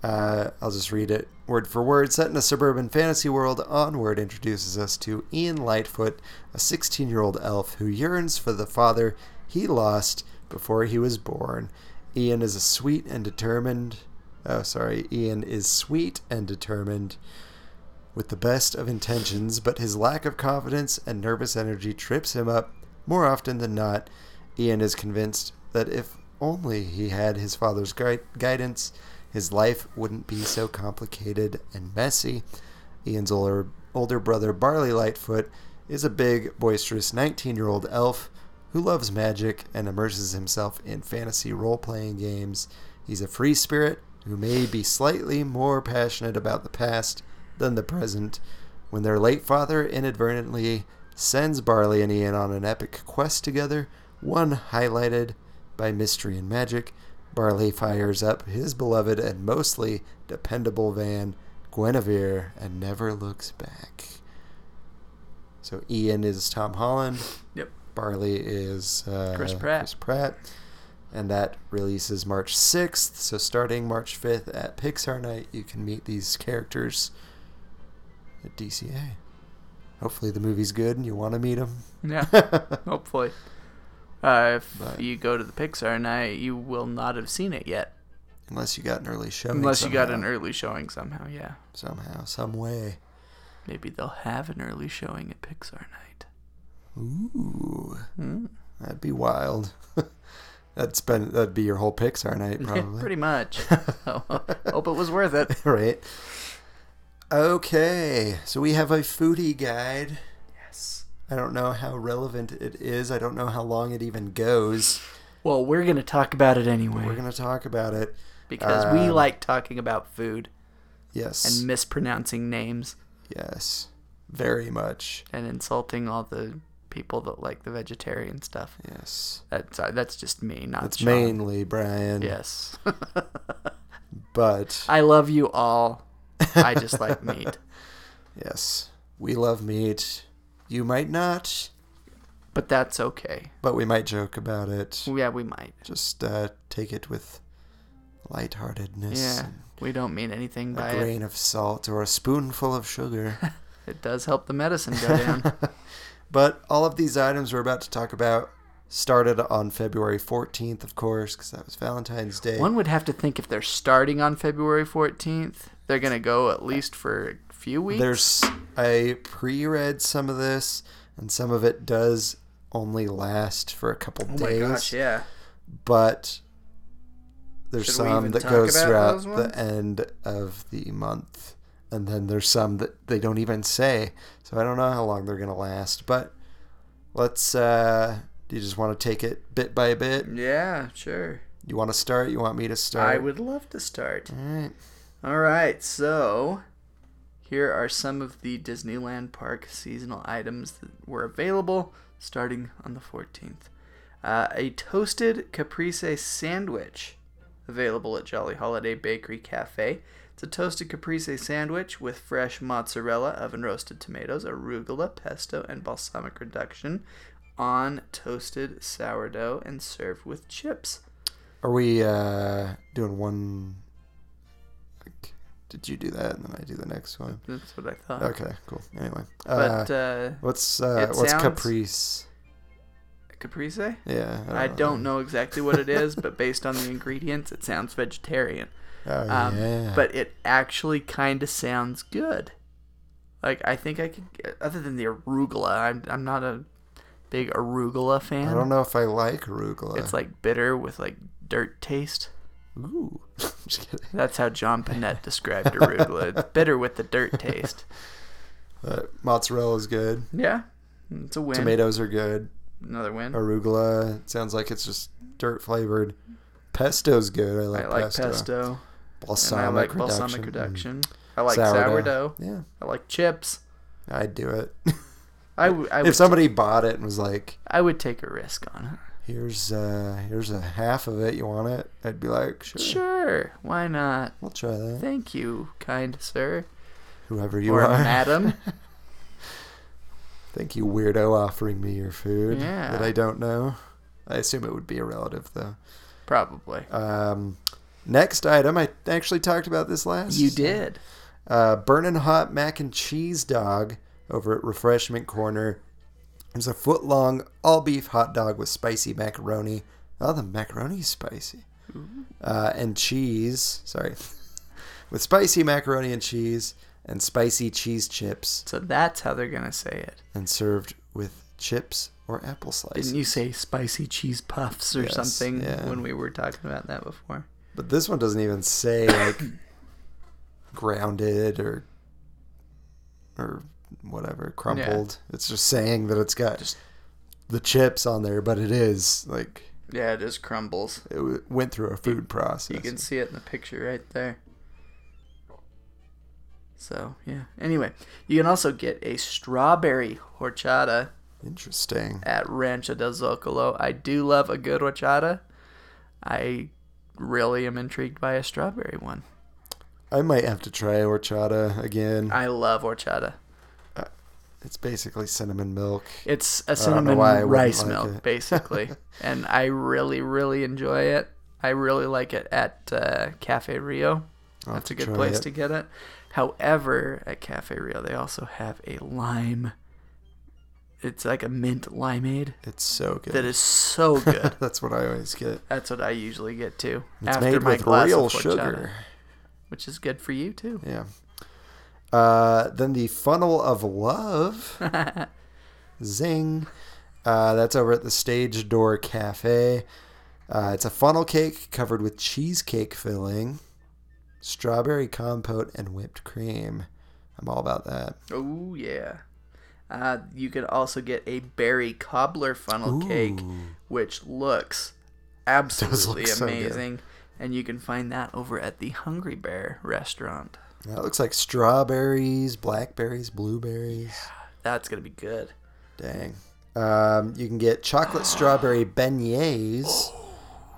Speaker 5: uh, I'll just read it word for word. Set in a suburban fantasy world, Onward introduces us to Ian Lightfoot, a 16 year old elf who yearns for the father he lost before he was born. Ian is a sweet and determined. Oh, sorry. Ian is sweet and determined with the best of intentions, but his lack of confidence and nervous energy trips him up more often than not. Ian is convinced that if only he had his father's gui- guidance, his life wouldn't be so complicated and messy. Ian's older, older brother, Barley Lightfoot, is a big, boisterous 19 year old elf who loves magic and immerses himself in fantasy role playing games. He's a free spirit who may be slightly more passionate about the past than the present. When their late father inadvertently sends Barley and Ian on an epic quest together, one highlighted by mystery and magic, Barley fires up his beloved and mostly dependable van, Guinevere, and never looks back. So Ian is Tom Holland.
Speaker 6: Yep.
Speaker 5: Barley is uh,
Speaker 6: Chris Pratt.
Speaker 5: Chris Pratt. And that releases March 6th. So starting March 5th at Pixar Night, you can meet these characters at DCA. Hopefully the movie's good and you want to meet them. [LAUGHS]
Speaker 6: Yeah. Hopefully. Uh, if
Speaker 5: But-
Speaker 6: you go to the Pixar night, you will not have seen it yet.
Speaker 5: Unless you got an early showing.
Speaker 6: Unless you got
Speaker 5: somehow.
Speaker 6: an early showing somehow, yeah.
Speaker 5: Somehow, some way.
Speaker 6: Maybe they'll have an early showing at Pixar [LAUGHS] night.
Speaker 5: Ooh. That'd be wild. [LAUGHS] That's been that'd be your whole Pixar
Speaker 6: [LAUGHS]
Speaker 5: night
Speaker 6: Yeah,
Speaker 5: probably.
Speaker 6: Pretty much. Hope it was worth it.
Speaker 5: [LAUGHS] right. Okay, so we have a foodie guide.
Speaker 6: Yes.
Speaker 5: I don't know how relevant it is. I don't know how long it even goes.
Speaker 6: Well, we're going to talk about it anyway
Speaker 5: We're gonna talk about it.
Speaker 6: because we
Speaker 5: um,
Speaker 6: like talking about food
Speaker 5: Yes.
Speaker 6: and mispronouncing names
Speaker 5: yes. Very much.
Speaker 6: and insulting all the people that like the vegetarian stuff.
Speaker 5: Yes.
Speaker 6: That's uh, that's just me, not
Speaker 5: That's
Speaker 6: Sean.
Speaker 5: mainly Brian.
Speaker 6: Yes. [LAUGHS]
Speaker 5: But
Speaker 6: I love you all. I just like [LAUGHS] meat.
Speaker 5: yes. We love meat. You might not,
Speaker 6: But that's okay.
Speaker 5: but we might joke about it.
Speaker 6: Yeah, we might.
Speaker 5: Just uh, take it with lightheartedness.
Speaker 6: Yeah. We don't mean anything by
Speaker 5: A
Speaker 6: it.
Speaker 5: grain of salt or a spoonful of sugar.
Speaker 6: It does help the medicine go down.
Speaker 5: [LAUGHS] But all of these items we're about to talk about started on February 14th, of course, because that was Valentine's Day.
Speaker 6: One would have to think if they're starting on February 14th, they're going to go at least for a few weeks.
Speaker 5: There's I pre-read some of this, and some of it does only last for a couple
Speaker 6: oh my
Speaker 5: days.
Speaker 6: gosh, yeah.
Speaker 5: But there's
Speaker 6: Should we
Speaker 5: some
Speaker 6: even
Speaker 5: that
Speaker 6: talk
Speaker 5: goes
Speaker 6: about
Speaker 5: throughout
Speaker 6: those ones?
Speaker 5: the end of the month, and then there's some that they don't even say. So I don't know how long they're gonna last. But let's. uh do you just want to take it bit by bit?
Speaker 6: Yeah, sure.
Speaker 5: You want to start? You want me to start?
Speaker 6: I would love to start.
Speaker 5: All right.
Speaker 6: All right, so here are some of the Disneyland Park seasonal items that were available starting on the 14th. Uh, a toasted caprese sandwich available at Jolly Holiday Bakery Cafe. It's a toasted caprese sandwich with fresh mozzarella, oven roasted tomatoes, arugula, pesto, and balsamic reduction on toasted sourdough and served with chips.
Speaker 5: Are we uh, doing one? like, Did you do that, and then I do the next one?
Speaker 6: That's what I thought.
Speaker 5: Okay, cool. Anyway, uh,
Speaker 6: But uh,
Speaker 5: what's uh,
Speaker 6: it
Speaker 5: what's
Speaker 6: sounds-
Speaker 5: caprice?
Speaker 6: caprese?
Speaker 5: Yeah,
Speaker 6: I don't know exactly what it is, but based on the ingredients, it sounds vegetarian.
Speaker 5: Oh,
Speaker 6: Um,
Speaker 5: yeah.
Speaker 6: But it actually kind of sounds good. Like I think I could, other than the arugula, I'm I'm not a big arugula fan.
Speaker 5: I don't know if I like arugula.
Speaker 6: It's like bitter with like dirt taste.
Speaker 5: ooh. [LAUGHS] Just kidding.
Speaker 6: That's how John Panette described arugula. It's bitter with the dirt taste.
Speaker 5: But mozzarella is good.
Speaker 6: Yeah, it's a win.
Speaker 5: Tomatoes are good.
Speaker 6: Another win.
Speaker 5: Arugula it sounds like it's just dirt flavored. Pesto's good. I like,
Speaker 6: I like
Speaker 5: pesto.
Speaker 6: pesto, and
Speaker 5: Balsamic
Speaker 6: I like
Speaker 5: reduction.
Speaker 6: balsamic
Speaker 5: Mm.
Speaker 6: reduction. I like sourdough.
Speaker 5: Yeah,
Speaker 6: I like chips.
Speaker 5: I'd do it.
Speaker 6: I, w- I
Speaker 5: [LAUGHS]
Speaker 6: would
Speaker 5: if somebody bought it and was like,
Speaker 6: I would take a risk on it.
Speaker 5: here's uh here's a half of it you want it i'd be like sure,
Speaker 6: Sure, why not?
Speaker 5: we'll try that
Speaker 6: Thank you, kind sir
Speaker 5: whoever you
Speaker 6: or
Speaker 5: are
Speaker 6: [LAUGHS] madam.
Speaker 5: [LAUGHS] thank you weirdo offering me your food
Speaker 6: Yeah.
Speaker 5: that i don't know i assume it would be a relative though
Speaker 6: Probably.
Speaker 5: um next item i actually talked about this last
Speaker 6: You did.
Speaker 5: uh burning hot mac and cheese dog over at refreshment corner there's a foot long all beef hot dog with spicy macaroni oh the macaroni's spicy uh, and cheese. Sorry, [LAUGHS] with spicy macaroni and cheese and spicy cheese chips,
Speaker 6: So that's how they're gonna say it.
Speaker 5: and served with chips, or apple
Speaker 6: Didn't
Speaker 5: slices.
Speaker 6: you say spicy cheese puffs or
Speaker 5: Yes,
Speaker 6: something
Speaker 5: yeah.
Speaker 6: when we were talking about that before?
Speaker 5: But this one doesn't even say
Speaker 6: [COUGHS]
Speaker 5: like grounded or or whatever crumpled. It's just saying that it's got the chips on there, but it is like
Speaker 6: Yeah, it just crumbles.
Speaker 5: it w- went through a food process.
Speaker 6: You can see it in the picture right there. So, yeah. Anyway, you can also get a strawberry horchata
Speaker 5: Interesting.
Speaker 6: at Rancho del Zocalo. I do love a good horchata. I really am intrigued by a strawberry one.
Speaker 5: I might have to try horchata again.
Speaker 6: I love horchata.
Speaker 5: It's basically cinnamon milk.
Speaker 6: It's a
Speaker 5: know
Speaker 6: cinnamon
Speaker 5: why I wouldn't
Speaker 6: rice
Speaker 5: like
Speaker 6: milk,
Speaker 5: it. [LAUGHS]
Speaker 6: basically. and I really, really enjoy it. I really like it at uh, Cafe Rio.
Speaker 5: I'll
Speaker 6: That's a
Speaker 5: have
Speaker 6: good
Speaker 5: try
Speaker 6: place
Speaker 5: it.
Speaker 6: to get it. However, at Cafe Rio, they also have a lime. It's like a mint limeade
Speaker 5: It's so good.
Speaker 6: that is so good.
Speaker 5: [LAUGHS] That's what I always get.
Speaker 6: That's what I usually get too.
Speaker 5: It's made with real sugar.
Speaker 6: which is good for you too.
Speaker 5: Yeah. Uh, then the funnel of love. Zing. Uh, that's over at the Stage Door Cafe. Uh, it's a funnel cake covered with cheesecake filling, strawberry compote, and whipped cream. I'm all about that.
Speaker 6: Oh yeah. Uh, you could also get a berry cobbler funnel cake, which
Speaker 5: [LAUGHS]
Speaker 6: looks absolutely
Speaker 5: so good.
Speaker 6: amazing, and you can find that over at the Hungry Bear restaurant.
Speaker 5: That looks like strawberries, blackberries, blueberries.
Speaker 6: That's gonna be good.
Speaker 5: Dang. Um, you can get chocolate strawberry beignets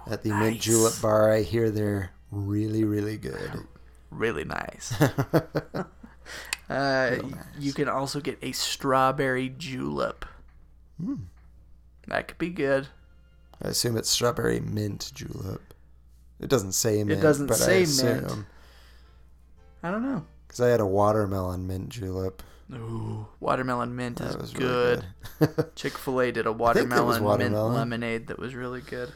Speaker 5: at the Mint Julep Bar. I hear they're really, really good.
Speaker 6: really nice.
Speaker 5: [LAUGHS]
Speaker 6: uh, You can also get a strawberry julep.
Speaker 5: Hmm.
Speaker 6: That could be good.
Speaker 5: I assume it's strawberry mint julep. It doesn't say mint.
Speaker 6: doesn't
Speaker 5: but
Speaker 6: say
Speaker 5: I
Speaker 6: mint. I don't know.
Speaker 5: Because I had a watermelon mint julep.
Speaker 6: Ooh, watermelon mint is
Speaker 5: That was really
Speaker 6: good.
Speaker 5: good. [LAUGHS]
Speaker 6: Chick Fil A did a
Speaker 5: think it was
Speaker 6: watermelon,
Speaker 5: watermelon.
Speaker 6: mint lemonade that was really good.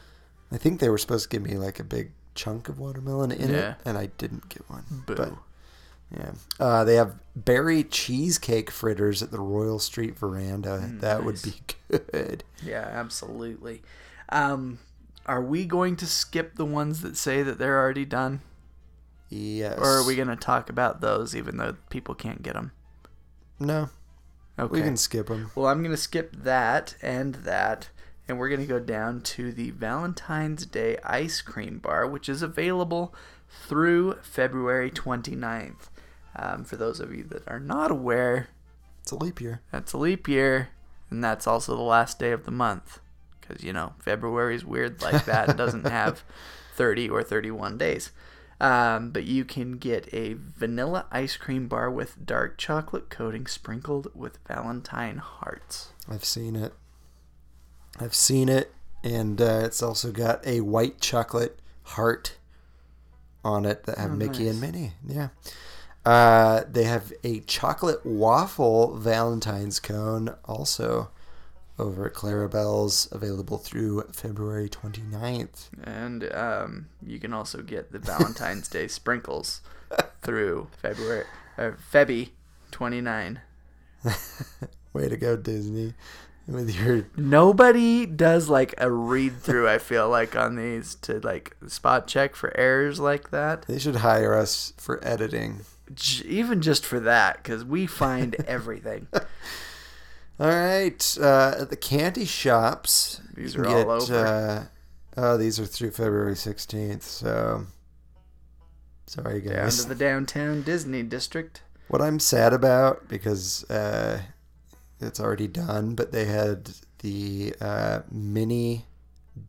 Speaker 5: I think they were supposed to give me like a big chunk of watermelon in
Speaker 6: Yeah.
Speaker 5: it, and I didn't get one.
Speaker 6: Boo.
Speaker 5: But yeah, uh, they have berry cheesecake fritters at the Royal Street Veranda.
Speaker 6: Mm,
Speaker 5: that would be [LAUGHS] good.
Speaker 6: Yeah, absolutely. Um, are we going to skip the ones that say that they're already done,
Speaker 5: Yes.
Speaker 6: or are we going to talk about those even though people can't get them?
Speaker 5: No,
Speaker 6: Okay.
Speaker 5: we can skip them.
Speaker 6: Well, I'm going to skip that and that, and we're going to go down to the Valentine's Day ice cream bar, which is available through February 29th. Um, for those of you that are not aware,
Speaker 5: It's a leap year.
Speaker 6: that's a leap year, and that's also the last day of the month. Because, you know, February's weird like that. It doesn't have 30 or 31 days. Um, but you can get a vanilla ice cream bar with dark chocolate coating sprinkled with Valentine hearts.
Speaker 5: I've seen it. I've seen it, and uh, it's also got a white chocolate heart on it that have Mickey and Minnie. Yeah. Uh, they have a chocolate waffle Valentine's cone also over at Clarabelle's, available through February 29th.
Speaker 6: And um, you can also get the Valentine's Day sprinkles through February uh, Febby 29.
Speaker 5: Way to go, Disney, with your
Speaker 6: Nobody does like a read through I feel like on these to like spot check for errors like that.
Speaker 5: They should hire us for editing.
Speaker 6: J- even just for that cuz
Speaker 5: [LAUGHS]
Speaker 6: we find everything.
Speaker 5: All right, uh, at the candy shops.
Speaker 6: These
Speaker 5: you
Speaker 6: are
Speaker 5: can
Speaker 6: all over.
Speaker 5: Uh, oh, these are through February sixteenth. So sorry,
Speaker 6: Down
Speaker 5: guys.
Speaker 6: to the downtown Disney district.
Speaker 5: What I'm sad about because uh, it's already done, but they had the uh, mini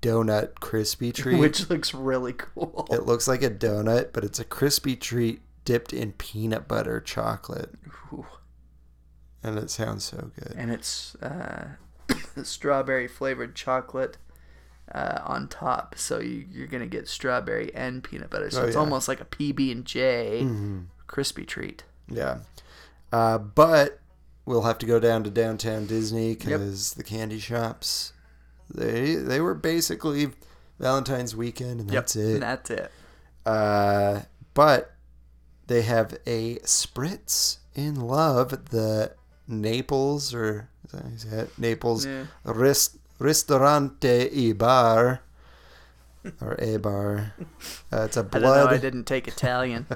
Speaker 5: donut
Speaker 6: [LAUGHS]
Speaker 5: crispy treat.
Speaker 6: Which looks really cool.
Speaker 5: it looks like a donut, but it's a crispy treat dipped in peanut butter chocolate,
Speaker 6: Ooh.
Speaker 5: and it sounds so good.
Speaker 6: and it's uh, [COUGHS] strawberry flavored chocolate uh, on top. So you, you're gonna get strawberry and peanut butter. So
Speaker 5: Oh,
Speaker 6: it's
Speaker 5: yeah. Mm.
Speaker 6: almost like a PB and J crispy treat.
Speaker 5: Yeah. Uh, but we'll have to go down to downtown Disney because the candy shops, they they were basically Valentine's weekend and that's
Speaker 6: Yep,
Speaker 5: it.
Speaker 6: That's it.
Speaker 5: Uh, but they have a spritz in love at the Naples or Is that- is that Naples
Speaker 6: Yeah.
Speaker 5: Rest- Ristorante y Bar or a
Speaker 6: [LAUGHS]
Speaker 5: bar? Uh, it's a
Speaker 6: I don't know. I
Speaker 5: blood.
Speaker 6: didn't take Italian.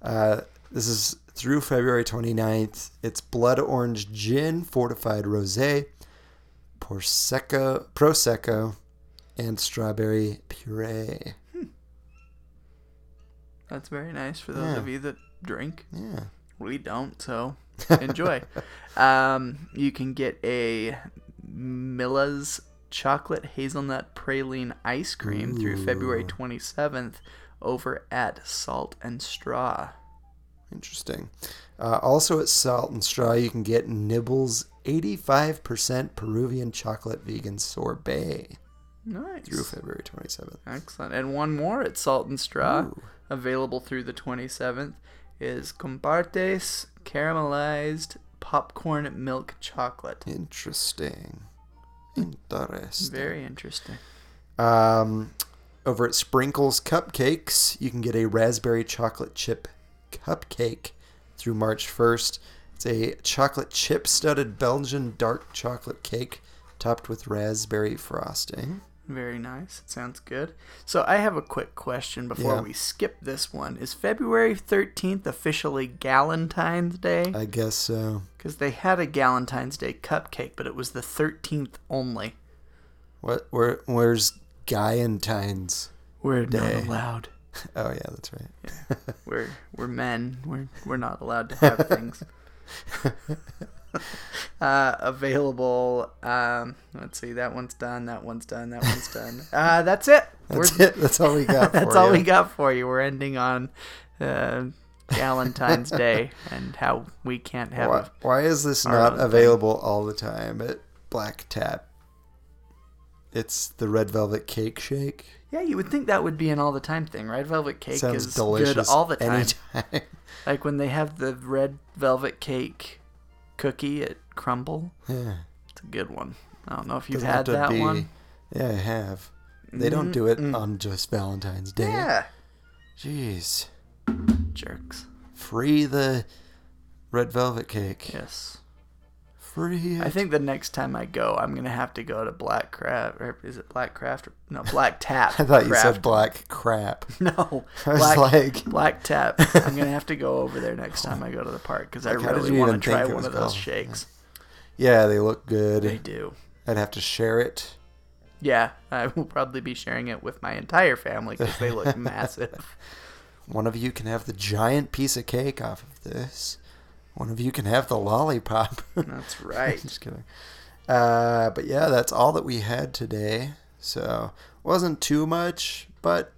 Speaker 5: Uh, this is through February 29th. It's blood orange gin, fortified rosé, prosecco, prosecco, and strawberry puree.
Speaker 6: That's very nice for those
Speaker 5: Yeah.
Speaker 6: of you that drink.
Speaker 5: Yeah.
Speaker 6: We don't,
Speaker 5: [LAUGHS]
Speaker 6: so enjoy. um, you can get a Mila's chocolate hazelnut praline ice cream through February 27th over at Salt and Straw.
Speaker 5: Interesting. Uh, also at Salt and Straw, you can get Nibbles 85% Peruvian chocolate vegan sorbet
Speaker 6: Nice.
Speaker 5: through February 27th.
Speaker 6: Excellent. And one more at Salt and Straw,
Speaker 5: Ooh.
Speaker 6: available through the 27th, is Compartes Caramelized Popcorn Milk Chocolate.
Speaker 5: Interesting. Interesting.
Speaker 6: Very interesting.
Speaker 5: Um, over at Sprinkles Cupcakes, you can get a raspberry chocolate chip cupcake through March 1st. It's a chocolate chip studded Belgian dark chocolate cake topped with raspberry frosting.
Speaker 6: Very nice. It sounds good. So I have a quick question before
Speaker 5: Yeah.
Speaker 6: we skip this one. Is February 13th officially Galentine's Day?
Speaker 5: I guess uh, so.
Speaker 6: Because they had a Galentine's Day cupcake, but it was the 13th only.
Speaker 5: What? Where? Where's Guyantines?
Speaker 6: We're
Speaker 5: Day.
Speaker 6: not allowed.
Speaker 5: Oh yeah, that's right.
Speaker 6: We're we're men. We're we're not allowed to have
Speaker 5: [LAUGHS]
Speaker 6: things. [LAUGHS] uh, available. Um, let's see. That one's done. That one's done. That one's done. Uh, that's it.
Speaker 5: That's
Speaker 6: we're,
Speaker 5: it. That's all we got.
Speaker 6: [LAUGHS] That's
Speaker 5: for
Speaker 6: all
Speaker 5: ya.
Speaker 6: we got for you. We're ending on uh,
Speaker 5: [LAUGHS]
Speaker 6: Valentine's Day and how we can't have.
Speaker 5: Why,
Speaker 6: A,
Speaker 5: why is this
Speaker 6: our
Speaker 5: not
Speaker 6: own thing.
Speaker 5: available all the time at Black Tap? It's the red velvet cake shake.
Speaker 6: yeah, you would think that would be an all the time thing, right? Velvet cake
Speaker 5: Sounds
Speaker 6: is
Speaker 5: delicious.
Speaker 6: good all the time.
Speaker 5: Anytime.
Speaker 6: [LAUGHS]
Speaker 5: [LAUGHS]
Speaker 6: Like when they have the red velvet cake cookie at Crumble.
Speaker 5: yeah.
Speaker 6: It's a good one. I don't know if you've
Speaker 5: Doesn't have
Speaker 6: had
Speaker 5: to
Speaker 6: that
Speaker 5: be-
Speaker 6: one.
Speaker 5: Yeah, I have. They don't do it on just Valentine's Day. Jeez.
Speaker 6: Jerks.
Speaker 5: Free the red velvet cake.
Speaker 6: Yes.
Speaker 5: Free.
Speaker 6: I
Speaker 5: it.
Speaker 6: think the next time I go, I'm gonna have to go to Black Craft, or is it Black Craft? Or, no,
Speaker 5: [LAUGHS]
Speaker 6: Black Tap.
Speaker 5: I thought you
Speaker 6: Craft.
Speaker 5: said black crap.
Speaker 6: [LAUGHS] No,
Speaker 5: I was
Speaker 6: Black,
Speaker 5: like-
Speaker 6: Black Tap. I'm gonna have to go over there next time I go to the park because I
Speaker 5: Like, how did
Speaker 6: really
Speaker 5: you
Speaker 6: want to
Speaker 5: even think
Speaker 6: try
Speaker 5: it
Speaker 6: one
Speaker 5: was
Speaker 6: of those
Speaker 5: Velvet?
Speaker 6: shakes.
Speaker 5: Yeah, they look
Speaker 6: They
Speaker 5: good.
Speaker 6: do.
Speaker 5: I'd have to share it.
Speaker 6: Yeah, I will probably be sharing it with my entire family because
Speaker 5: [LAUGHS]
Speaker 6: they look massive.
Speaker 5: One of you can have the giant piece of cake off of this. One of you can have the lollipop. [LAUGHS]
Speaker 6: That's right.
Speaker 5: Just kidding. Uh, but yeah, that's all that we had today. So wasn't too much, but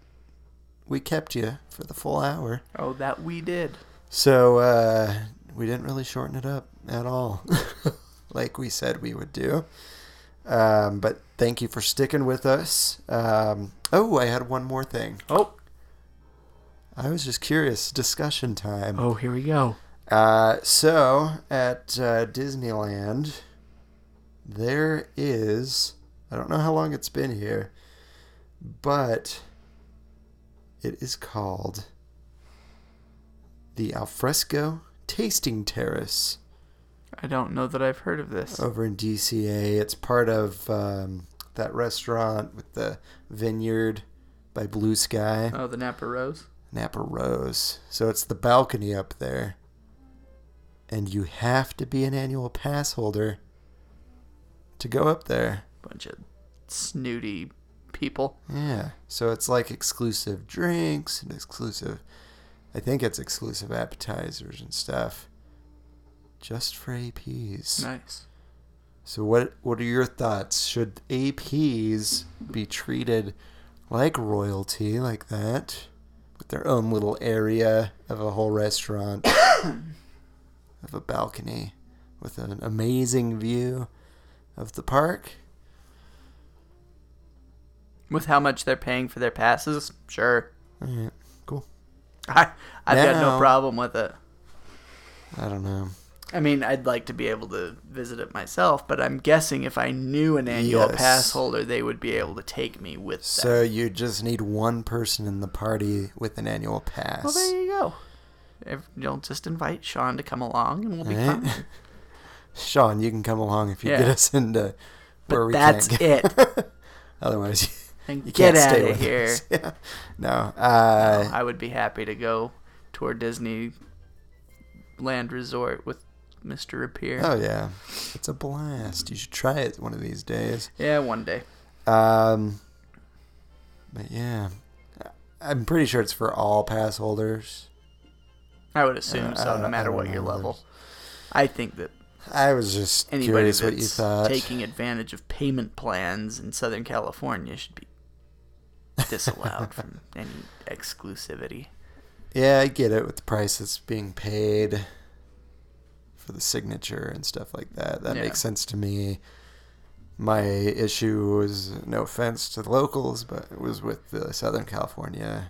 Speaker 5: we kept you for the full hour.
Speaker 6: Oh, that we did.
Speaker 5: So uh, we didn't really shorten it up at all, [LAUGHS] like we said we would do. Um, but thank you for sticking with us. Um, oh, I had one more thing.
Speaker 6: Oh,
Speaker 5: I was just curious. Discussion time.
Speaker 6: oh, here we go.
Speaker 5: Uh, so at uh, Disneyland, there is I don't know how long it's been here, but it is called the Alfresco Tasting Terrace
Speaker 6: I don't know that I've heard of this.
Speaker 5: over in DCA. It's part of um, that restaurant with the vineyard by Blue Sky.
Speaker 6: Oh, the Napa Rose.
Speaker 5: Napa Rose. So it's the balcony up there. And you have to be an annual pass holder to go up there.
Speaker 6: Bunch of snooty people.
Speaker 5: Yeah. So it's like exclusive drinks and exclusive I think it's exclusive appetizers and stuff. Just for APs.
Speaker 6: Nice.
Speaker 5: So what what are your thoughts? Should APs be treated like royalty like that? With their own little area of a whole restaurant [COUGHS] of a balcony with an amazing view of the park?
Speaker 6: With how much they're paying for their passes, sure. [LAUGHS]
Speaker 5: Alright, cool.
Speaker 6: I I've got no
Speaker 5: Now-
Speaker 6: problem with it.
Speaker 5: I don't know.
Speaker 6: I mean, I'd like to be able to visit it myself, but I'm guessing if I knew an annual
Speaker 5: Yes.
Speaker 6: pass holder, they would be able to take me with them.
Speaker 5: So you just need one person in the party with an annual pass. [LAUGHS]
Speaker 6: well, there you go. If, you'll just invite Sean to come along, and we'll be
Speaker 5: Right?
Speaker 6: fine.
Speaker 5: Sean, you can come along if you
Speaker 6: Yeah.
Speaker 5: get us into where
Speaker 6: But
Speaker 5: we
Speaker 6: that's
Speaker 5: can't.
Speaker 6: it.
Speaker 5: [LAUGHS] Otherwise, [LAUGHS]
Speaker 6: And
Speaker 5: you
Speaker 6: get
Speaker 5: can't
Speaker 6: out
Speaker 5: stay
Speaker 6: of
Speaker 5: with
Speaker 6: here.
Speaker 5: us. [LAUGHS] Yeah. No. Uh,
Speaker 6: I would be happy to go tour Disney Land Resort with Mr. Appear.
Speaker 5: Oh yeah, it's a blast. You should try it one of these days.
Speaker 6: Yeah, one day.
Speaker 5: Um, but yeah, I'm pretty sure it's for all pass holders.
Speaker 6: I would assume
Speaker 5: I
Speaker 6: so,
Speaker 5: don't-
Speaker 6: no
Speaker 5: Uh, I
Speaker 6: matter
Speaker 5: don't
Speaker 6: what your
Speaker 5: know.
Speaker 6: level. I think that
Speaker 5: I was just
Speaker 6: anybody
Speaker 5: curious
Speaker 6: that's
Speaker 5: what you thought.
Speaker 6: taking advantage of payment plans in Southern California should be
Speaker 5: [LAUGHS]
Speaker 6: disallowed from any exclusivity.
Speaker 5: Yeah, I get it with the price that's being paid for the signature and stuff like that. That
Speaker 6: Yeah.
Speaker 5: makes sense to me. My issue was no offense to the locals, but it was with the Southern California,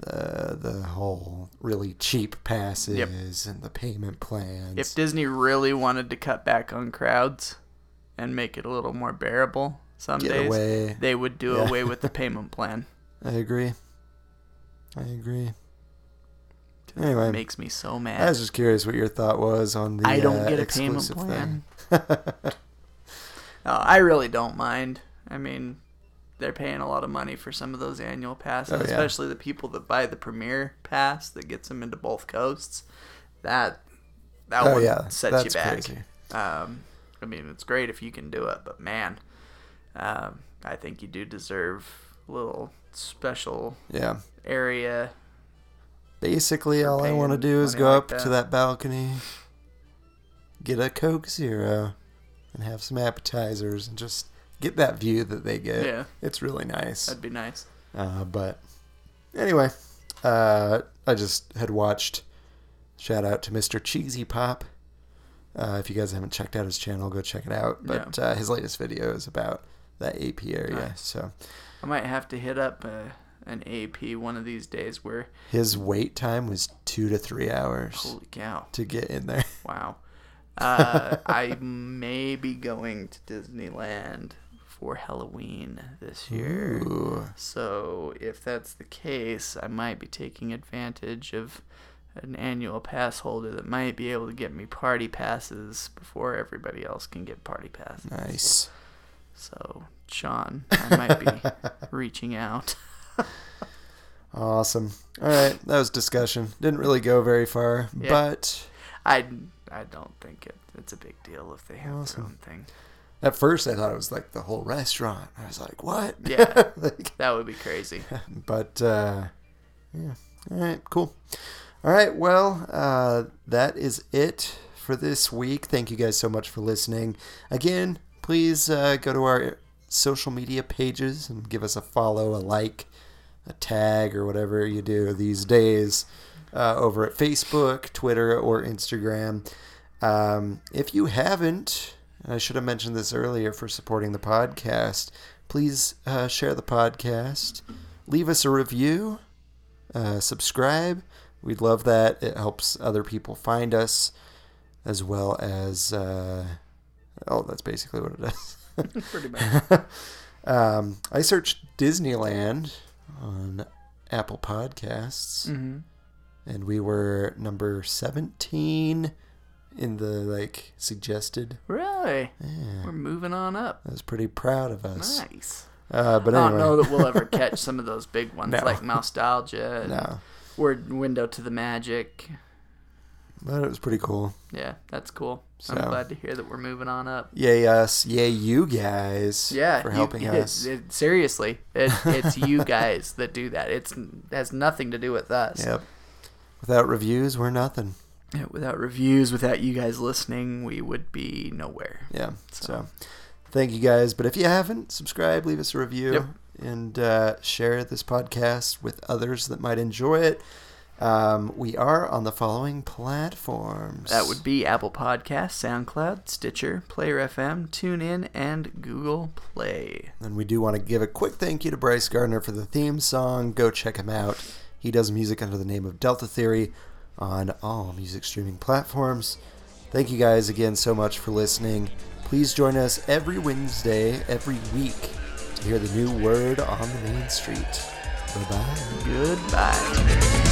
Speaker 5: the the whole really cheap passes and the payment plans.
Speaker 6: If Disney really wanted to cut back on crowds and make it a little more bearable some
Speaker 5: Get
Speaker 6: days,
Speaker 5: away.
Speaker 6: they would do
Speaker 5: Yeah.
Speaker 6: away
Speaker 5: [LAUGHS]
Speaker 6: with the payment plan.
Speaker 5: I agree. I agree. Anyway,
Speaker 6: makes me so mad.
Speaker 5: I was just curious what your thought was on the
Speaker 6: I don't
Speaker 5: uh,
Speaker 6: get a payment
Speaker 5: exclusive
Speaker 6: plan.
Speaker 5: thing.
Speaker 6: [LAUGHS] Uh, I really don't mind. I mean, they're paying a lot of money for some of those annual passes,
Speaker 5: yeah.
Speaker 6: especially the people that buy the premier pass that gets them into both coasts. That that
Speaker 5: Oh
Speaker 6: one
Speaker 5: yeah,
Speaker 6: sets you
Speaker 5: that's
Speaker 6: back.
Speaker 5: crazy.
Speaker 6: Um, I mean, it's great if you can do it, but man, um, I think you do deserve a little special
Speaker 5: Yeah.
Speaker 6: area.
Speaker 5: Basically, all I
Speaker 6: paying
Speaker 5: want to do is
Speaker 6: money
Speaker 5: go
Speaker 6: like
Speaker 5: up
Speaker 6: that.
Speaker 5: to that balcony, get a Coke Zero, and have some appetizers and just get that view that they get.
Speaker 6: Yeah.
Speaker 5: It's really nice.
Speaker 6: That'd be nice.
Speaker 5: Uh, but anyway, uh, I just had watched. Shout out to Mr. Cheesy Pop. Uh, if you guys haven't checked out his channel, go check it out. But uh, his latest video is about that AP area.
Speaker 6: Nice.
Speaker 5: So
Speaker 6: I might have to hit up uh, an AP one of these days. Where
Speaker 5: his wait time was two to three hours
Speaker 6: holy cow!
Speaker 5: to get in there.
Speaker 6: Wow. Uh, I may be going to Disneyland for Halloween this
Speaker 5: Hmm.
Speaker 6: year.
Speaker 5: Ooh.
Speaker 6: So if that's the case, I might be taking advantage of an annual pass holder that might be able to get me party passes before everybody else can get party passes.
Speaker 5: Nice.
Speaker 6: So, Sean, I might be
Speaker 5: [LAUGHS]
Speaker 6: reaching out.
Speaker 5: Awesome. All right, that was discussion. Didn't really go very far,
Speaker 6: Yeah.
Speaker 5: but
Speaker 6: I, I don't think it, it's a big deal if they have
Speaker 5: Awesome.
Speaker 6: their own thing.
Speaker 5: at first I thought it was like the whole restaurant. I was like, "What?"
Speaker 6: Yeah.
Speaker 5: [LAUGHS] Like,
Speaker 6: That would
Speaker 5: [LAUGHS]
Speaker 6: be crazy. [LAUGHS]
Speaker 5: but uh, yeah. All right, cool. All right, well, uh, that is it for this week. Thank you guys so much for listening. Again, please uh, go to our social media pages and give us a follow, a like, a tag, or whatever you do these days uh, over at Facebook, Twitter, or Instagram. Um, if you haven't, and I should have mentioned this earlier for supporting the podcast, please uh, share the podcast, leave us a review, uh, subscribe. We'd love that. It helps other people find us, as well as. Uh, oh, that's basically what it [LAUGHS] does.
Speaker 6: Pretty much.
Speaker 5: Um, I searched Disneyland on Apple Podcasts,
Speaker 6: hmm
Speaker 5: and we were number 17 in the like suggested.
Speaker 6: Really?
Speaker 5: Yeah,
Speaker 6: We're moving on up.
Speaker 5: I was pretty proud of us.
Speaker 6: Nice.
Speaker 5: Uh, but
Speaker 6: I
Speaker 5: anyway,
Speaker 6: don't know that we'll ever catch some of those big ones
Speaker 5: No.
Speaker 6: like Nostalgia
Speaker 5: [LAUGHS]
Speaker 6: and
Speaker 5: no,
Speaker 6: Word Window to the Magic.
Speaker 5: but it was pretty cool.
Speaker 6: Yeah, that's cool.
Speaker 5: So-
Speaker 6: I'm glad to hear that we're moving on up.
Speaker 5: Yay us, yay you guys.
Speaker 6: Yeah,
Speaker 5: for
Speaker 6: you-
Speaker 5: helping
Speaker 6: it-
Speaker 5: us.
Speaker 6: it- seriously, it,
Speaker 5: [LAUGHS]
Speaker 6: it's you guys that do that. It's it has nothing to do with us.
Speaker 5: Yep. Without reviews, we're nothing.
Speaker 6: Yeah, Without reviews, without you guys listening, we would be nowhere.
Speaker 5: Yeah. So.
Speaker 6: So.
Speaker 5: thank you guys. But if you haven't, subscribe, leave us a review,
Speaker 6: Yep.
Speaker 5: and uh, share this podcast with others that might enjoy it. Um, we are on the following platforms.
Speaker 6: That would be Apple Podcast, SoundCloud, Stitcher, Player FM, TuneIn, and Google Play.
Speaker 5: And we do want to give a quick thank you to Bryce Gardner for the theme song. Go check him out. He does music under the name of Delta Theory on all music streaming platforms. Thank you guys again so much for listening. Please join us every Wednesday, every week, to hear the new word on the main street. Bye bye.
Speaker 6: Goodbye.